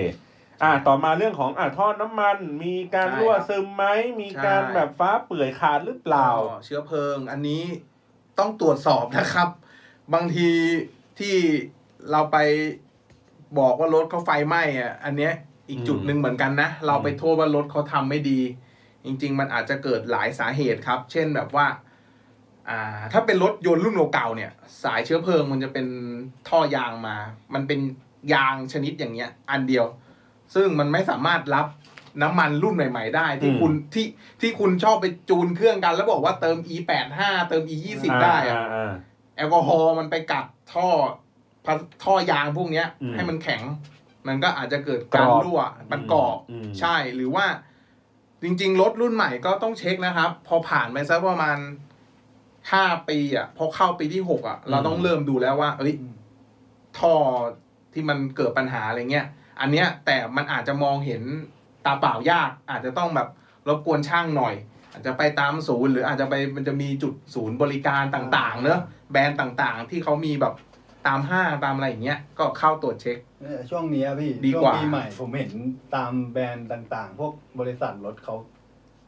[SPEAKER 1] อ่าต่อมาเรื่องของอ่าท่อน้ำมัน มีการ
[SPEAKER 2] ใช่
[SPEAKER 1] รั่ว
[SPEAKER 2] ครับ
[SPEAKER 1] ซึมไหมมี
[SPEAKER 2] ใช่
[SPEAKER 1] การแบบฟ้าเปื่อยขาดหรือเปล่า
[SPEAKER 2] ก็เชื้อเพลิงอันนี้ต้องตรวจสอบนะครับ บางทีที่เราไปบอกว่ารถเขาไฟไหม้อ่ะอันเนี้ยอีกจุดหนึ่งเหมือนกันนะ เราไปโทษว่ารถเขาทำไม่ดี จริง ๆ มันอาจจะเกิดหลายสาเหตุครับ เช่นแบบว่า อ่า ถ้าเป็นรถยนต์รุ่นเก่าๆเนี่ย สายเชื้อเพลิงมันจะเป็นท่อยางมา มันเป็นยางชนิดอย่างเงี้ย อันเดียว ซึ่งมันไม่สามารถรับน้ำมันรุ่นใหม่ ๆ ได้ ที่
[SPEAKER 1] อืม
[SPEAKER 2] คุณที่ที่คุณชอบไปจูนเครื่องกัน แล้วบอกว่าเติม e 8 5เติม e 2 0ได้อะ
[SPEAKER 1] อ่าอ่า
[SPEAKER 2] แอลกอฮอล์มันไปกัดท่อพลาสท่อยางพวกเนี้ย
[SPEAKER 1] อืม
[SPEAKER 2] ให้มันแข็ง มันก็อาจจะเกิดการ
[SPEAKER 1] กรอบ
[SPEAKER 2] รั่วมันกรอบ
[SPEAKER 1] อืม
[SPEAKER 2] ใช่หรือว่า จริง ๆ รถรุ่นใหม่ก็ต้องเช็คนะครับ พอผ่านไปสักประมาณห้าปีอ่ะพอเข้าปีที่หกอ่ะ เราต้องเริ่มดูแล้วว่า เอ้ย ท่อที่มันเกิดปัญหาอะไรเงี้ย อันเนี้ยแต่มันอาจจะมองเห็นตาเปล่ายาก อาจจะต้องแบบรบกวนช่างหน่อย อาจจะไปตามศูนย์หรืออาจจะไปมันจะมีจุดศูนย์บริการต่างๆ เนอะแบรนด์ต่างๆ ที่เขามีแบบตามห้างตามอะไรอย่างเงี้ยก็เข้าตรวจเช็ค
[SPEAKER 3] เออช่วงเนี้ยพี่
[SPEAKER 2] ดี
[SPEAKER 3] ช่ว
[SPEAKER 2] ก
[SPEAKER 3] ง
[SPEAKER 2] ว่า
[SPEAKER 3] ปีใหม่ผมเห็นตามแบรนด์ต่างๆ พวกบริษัทรถเขา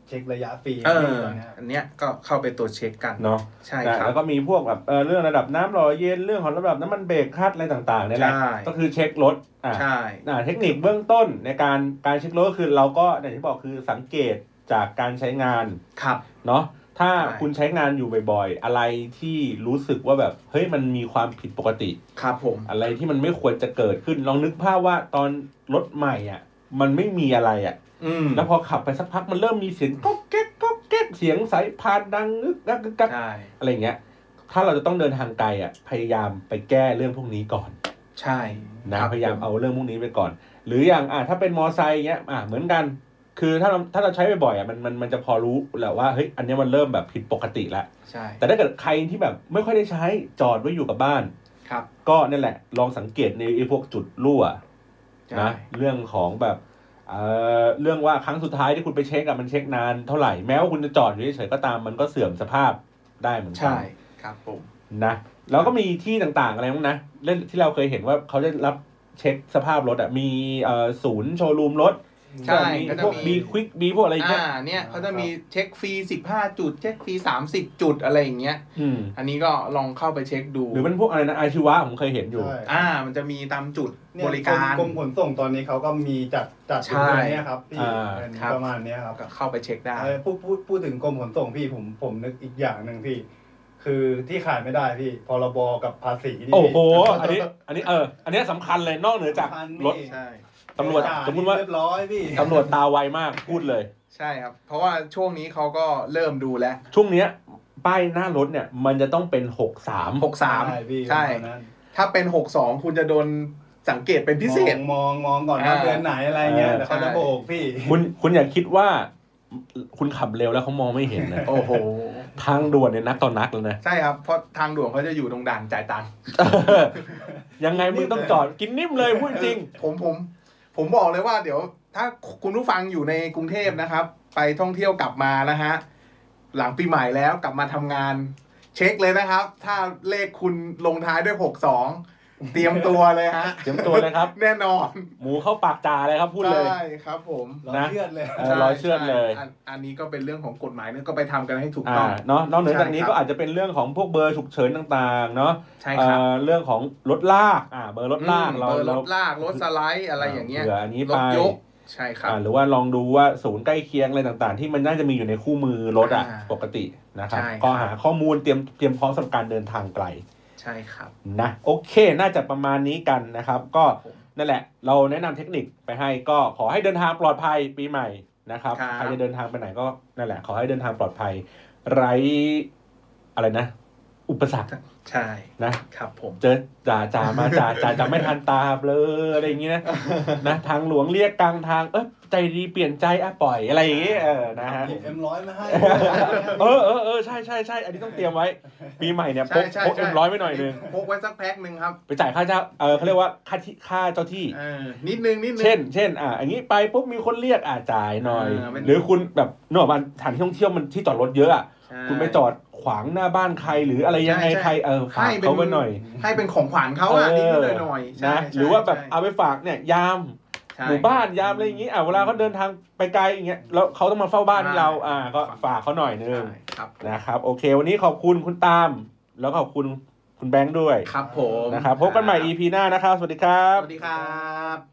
[SPEAKER 3] เช็คระยะฟรี
[SPEAKER 2] เออ
[SPEAKER 3] ตอนเนี้ย
[SPEAKER 2] อันเนี้ยก็เข้าไปตรวจเช็คกัน
[SPEAKER 1] เนาะ
[SPEAKER 2] ใช่
[SPEAKER 1] นะครับ แล้วก็มีพวกแบบเอ่อเรื่องระดับน้ำหล่อเย็นเรื่องของระดับน้ำมันเบรกคาดอะไรต่างๆเนี่ยแหละ
[SPEAKER 2] ใช่
[SPEAKER 1] ก็คือเช็ครถอ่า
[SPEAKER 2] ใช่
[SPEAKER 1] อ่าเทคนิคเบื้องต้นในการการเช็คโลก็คือเราก็อย่างที่บอกคือสังเกตจากการใช้งาน
[SPEAKER 2] ครับ
[SPEAKER 1] เนาะถ้า
[SPEAKER 2] ใช่
[SPEAKER 1] คุณใช้งานอยู่บ่อยๆ อะไรที่รู้สึกว่าแบบเฮ้ยมันมีความผิดปกติ
[SPEAKER 2] ครับผม
[SPEAKER 1] อะไรที่มันไม่ควรจะเกิดขึ้นลองนึกภาพว่าตอนรถใหม่อ่ะมันไม่มีอะไรอ่ะ
[SPEAKER 2] อืม
[SPEAKER 1] แล้วพอขับไปสักพักมันเริ่มมีเสียงก๊อกแก๊กก๊อกแก๊กเสียงสายพานดังนึกนักกึกกัก
[SPEAKER 2] ใช่
[SPEAKER 1] อะไรอย่างเงี้ย ถ้าเราจะต้องเดินทางไกลอ่ะพยายามไปแก้เรื่องพวกนี้ก่อน
[SPEAKER 2] ใช่
[SPEAKER 1] นะครับพยายาม
[SPEAKER 2] ผ
[SPEAKER 1] เอาเรื่องพวกนี้ไปก่อน หรืออย่างอ่ะถ้าเป็นมอไซค์เงี้ยอ่ะเหมือนกัน คือถ้าเราถ้าเราใช้บ่อยๆอ่ะมันมันมันจะพอรู้แหละว่าเฮ้ยอันเนี้ยมันเริ่มแบบผิดปกติแล้ว
[SPEAKER 2] ใช่
[SPEAKER 1] แต่ถ้าเกิดใครที่แบบไม่ค่อยได้ใช้จอดไว้อยู่กับบ้าน
[SPEAKER 2] ครับ
[SPEAKER 1] ก็นั่นแหละ ลองสังเกตในไอ้พวกจุดรั่ว
[SPEAKER 2] ใช่
[SPEAKER 1] นะเรื่องของแบบเอ่อเรื่องว่าครั้งสุดท้ายที่คุณไปเช็คอะมันเช็คนานเท่าไหร่แม้ว่าคุณจะจอดอยู่เฉยๆก็ตามมันก็เสื่อมสภาพได้เหมือนกั
[SPEAKER 2] ใช่ครับผม
[SPEAKER 1] นะ แล้วก็มีที่ต่างๆอะไรบ้างนะเล่นที่เราเคยเห็นว่าเขาจะรับเช็คสภาพรถอ่ะมีเอ่อศูนย์โชว์รูมรถ
[SPEAKER 2] ใช่
[SPEAKER 1] มี
[SPEAKER 2] ก็จะ
[SPEAKER 1] พวก
[SPEAKER 2] มี
[SPEAKER 1] บีควิกบีพวกอะไรอย่างเงี้ย
[SPEAKER 2] อ่าเนี่ยเขาจะมีเช็คฟรีสิบห้าจุด เช็คฟรีสามสิบจุดอะไรอย่างเงี้ย
[SPEAKER 1] อืม
[SPEAKER 2] อันนี้ก็ลองเข้าไปเช็คดู
[SPEAKER 1] หรือเป็นพวกอะไรนะอาชีวะผมเคยเห็นอยู่
[SPEAKER 3] ใช่
[SPEAKER 2] อ่า มันจะมีตามจุด
[SPEAKER 3] เนี่ย
[SPEAKER 2] บริการ
[SPEAKER 3] กรมขนส่งตอนนี้เขาก็มีจัดจัด
[SPEAKER 2] ใช่
[SPEAKER 3] ถึงเดือนเนี้ยครับพี่
[SPEAKER 1] อ่า
[SPEAKER 3] เป็น
[SPEAKER 2] ครับ
[SPEAKER 3] ประมาณเนี้ยครับ
[SPEAKER 2] ก็เข้าไปเช็คได้
[SPEAKER 3] เออพูดพูดพูดถึงกรมขนส่งพี่ผมผมนึกอีกอย่างหนึ่งพี่ คือที่ขาดไม่ได้พี่พรบกับภาษีนี่
[SPEAKER 1] โอ้โห
[SPEAKER 3] [LAUGHS]
[SPEAKER 1] อั
[SPEAKER 3] พี่
[SPEAKER 1] นนี้ อันนี้เออ อันนี้สำคัญเลยนอกเหนือจาก
[SPEAKER 3] พัน
[SPEAKER 1] รถ
[SPEAKER 3] พี่
[SPEAKER 2] ใช่
[SPEAKER 1] ตำรวจ
[SPEAKER 3] จ่ย
[SPEAKER 1] สมมุติว่า
[SPEAKER 3] เรียบร้อยพี่
[SPEAKER 1] ตำรวจตาไวมากพูดเลย
[SPEAKER 2] ใช่ครับ เพราะว่าช่วงนี้เขาก็เริ่มดูแล้ว
[SPEAKER 1] ช่วงเนี้ยป้ายหน้ารถเนี่ย มันจะต้องเป็นหกสาม
[SPEAKER 2] หกสาม
[SPEAKER 3] ใช่พี่
[SPEAKER 2] ใช่
[SPEAKER 3] ประมาณนั้น
[SPEAKER 2] ถ้าเป็นหกสองคุณจะโดนสังเกตเป็นพิเศษ
[SPEAKER 3] มองมองมองก่อนว่า
[SPEAKER 2] อ่า
[SPEAKER 3] เดือนไหนอะไรเงี้ยแต่เขาจะโบกพี่
[SPEAKER 1] คุณคุณอย่าคิดว่า คุณขับเร็วแล้วเขามองไม่เห็นนะ
[SPEAKER 2] โอ้โห
[SPEAKER 1] ทางด่วนเนี่ยนักต่อนักแล้วนะ
[SPEAKER 2] ใช่ครับ เพราะทางด่วนเขาจะอยู่ตรงด่านจ่ายตังค์
[SPEAKER 1] ยังไงมึงต้องจอดกินนิ่มเลยพูดจริง
[SPEAKER 2] ผมผม ผมบอกเลยว่าเดี๋ยว ถ้าคุณผู้ฟังอยู่ในกรุงเทพนะครับ ไปท่องเที่ยวกลับมานะฮะ หลังปีใหม่แล้วกลับมาทำงาน เช็คเลยนะครับ ถ้าเลขคุณลงท้ายด้วยหกสองเตรียมตัวเลยฮะ [LAUGHS]
[SPEAKER 1] เตรียมตัวนะครับ
[SPEAKER 2] แน่นอน
[SPEAKER 1] หมูเข้าปากจ่าเลยครับพูดเลย
[SPEAKER 2] ใช่ครับผม
[SPEAKER 3] เรา
[SPEAKER 1] นะ
[SPEAKER 3] เชื่อดเลย
[SPEAKER 1] เออรอเชื่อดเลย
[SPEAKER 2] ใช่อันอันนี้ก็เป็นเรื่องของกฎหมายเนี่ยก็ไปทำกันให้ถูก
[SPEAKER 1] อ่า
[SPEAKER 2] ต้อง
[SPEAKER 1] เนาะนอกเหนือจากนี้
[SPEAKER 2] ใช่ครับ
[SPEAKER 1] ก็อาจจะเป็นเรื่องของพวกเบอร์ฉุกเฉินต่างๆ เนาะ
[SPEAKER 2] ใช่
[SPEAKER 1] เอ่
[SPEAKER 2] ครับ
[SPEAKER 1] อเรื่องของรถลากอ่าเบอร์รถลาก
[SPEAKER 2] อืม
[SPEAKER 1] เรา
[SPEAKER 2] เปิดร
[SPEAKER 1] เรา
[SPEAKER 2] ถลากรถสไลด์อะไรอย่างเงี้ย
[SPEAKER 1] ผื่ออันนี้
[SPEAKER 2] ร
[SPEAKER 1] ไป
[SPEAKER 2] ถยกใช่ครับ
[SPEAKER 1] อ่าหรือว่าลองดูว่าศูนย์ใกล้เคียงอะไรต่างๆ ที่มันน่าจะมีอยู่ในคู่มือรถอ่ะ
[SPEAKER 2] อ่า
[SPEAKER 1] ปกตินะครับ
[SPEAKER 2] ใช่ครับ
[SPEAKER 1] ก็หาข้อมูลเตรียมเตรียมพร้อมสำหรับการเดินทางไกล
[SPEAKER 2] ใช่ครับ
[SPEAKER 1] นะโอเคน่าจะประมาณนี้กันนะครับ ก็
[SPEAKER 2] ผม
[SPEAKER 1] นั่นแหละ เราแนะนำเทคนิคไปให้ก็ขอให้เดินทางปลอดภัยปีใหม่นะครับ
[SPEAKER 2] ครับ
[SPEAKER 1] ใครจะเดินทางไปไหนก็นั่นแหละ ขอให้เดินทางปลอดภัย ไร้อะไรนะ อุปสรรค
[SPEAKER 2] ใช่
[SPEAKER 1] นะครับ
[SPEAKER 2] ผม
[SPEAKER 1] เจอจ่าจ่ามาจ่าจ่าจะไม่ทันตาเบลออะไรอย่างงี้นะ นะทางหลวงเรียกกลางทาง เอ้ยใจดีเปลี่ยนใจอ่ะปล่อยอะไรอย่างงี้เออนะฮะ
[SPEAKER 3] หยิบเอ็มร้อยมาให้
[SPEAKER 1] เออเออเออใช่ใช่ใช่อันนี้ต้องเตรียมไว้ ปีใหม่เนี่ยพ
[SPEAKER 2] ใช่
[SPEAKER 1] ก
[SPEAKER 2] ใช่
[SPEAKER 1] พก
[SPEAKER 2] ใช่
[SPEAKER 1] เอ็มร้อยไว้หน่อยนึง
[SPEAKER 2] พกไว้สักแพ็คหนึ่งครับ
[SPEAKER 1] ไปจ่ายค่าเจ้าเออเขาเรียกว่าค่าที่ค่าเจ้าที่
[SPEAKER 2] เออนิดนึงนิดนึง
[SPEAKER 1] เช่น เช่น อ่ะอันนี้ไปปุ๊บมีคนเรียกอ่ะจ่ายหน่อย
[SPEAKER 2] เออเป็น
[SPEAKER 1] หรือคุณแบบนกออกบ้านสถานที่ท่องเที่ยวมันที่จอดรถเยอะอ่ะ
[SPEAKER 2] ใช่
[SPEAKER 1] คุณไปจอดขวางหน้าบ้านใครหรืออะไรยังไง
[SPEAKER 2] ใช่ใช่
[SPEAKER 1] ใครเออฝาก
[SPEAKER 2] ให้เป็น
[SPEAKER 1] เขาไว้หน่อย
[SPEAKER 2] ให้เป็นของขวัญเขาอ่ะนิด
[SPEAKER 1] เ
[SPEAKER 2] นิดหน่อยๆใช่
[SPEAKER 1] นะ
[SPEAKER 2] ใช่
[SPEAKER 1] หรือว่าแบบ
[SPEAKER 2] ใช่
[SPEAKER 1] เอาไปฝากเนี่ยยาม
[SPEAKER 2] ใช่
[SPEAKER 1] หมู่บ้านยามอะไรอย่างงี้อ่ะเวลาเขาเดินทางไปไกลอย่างเงี้ยแล้วเขาต้องมาเฝ้าบ้านให้เราอ่าก็ฝากเขาหน่อยนึง
[SPEAKER 2] ใช่ครับ
[SPEAKER 1] นะครับโอเค วันนี้ขอบคุณคุณตาม แล้วขอบคุณคุณแบงค์ด้วย
[SPEAKER 2] ครับผม
[SPEAKER 1] นะครับพบกันใหม่ EP หน้านะครับ สวัสดีครับ
[SPEAKER 2] สวัสดีครับ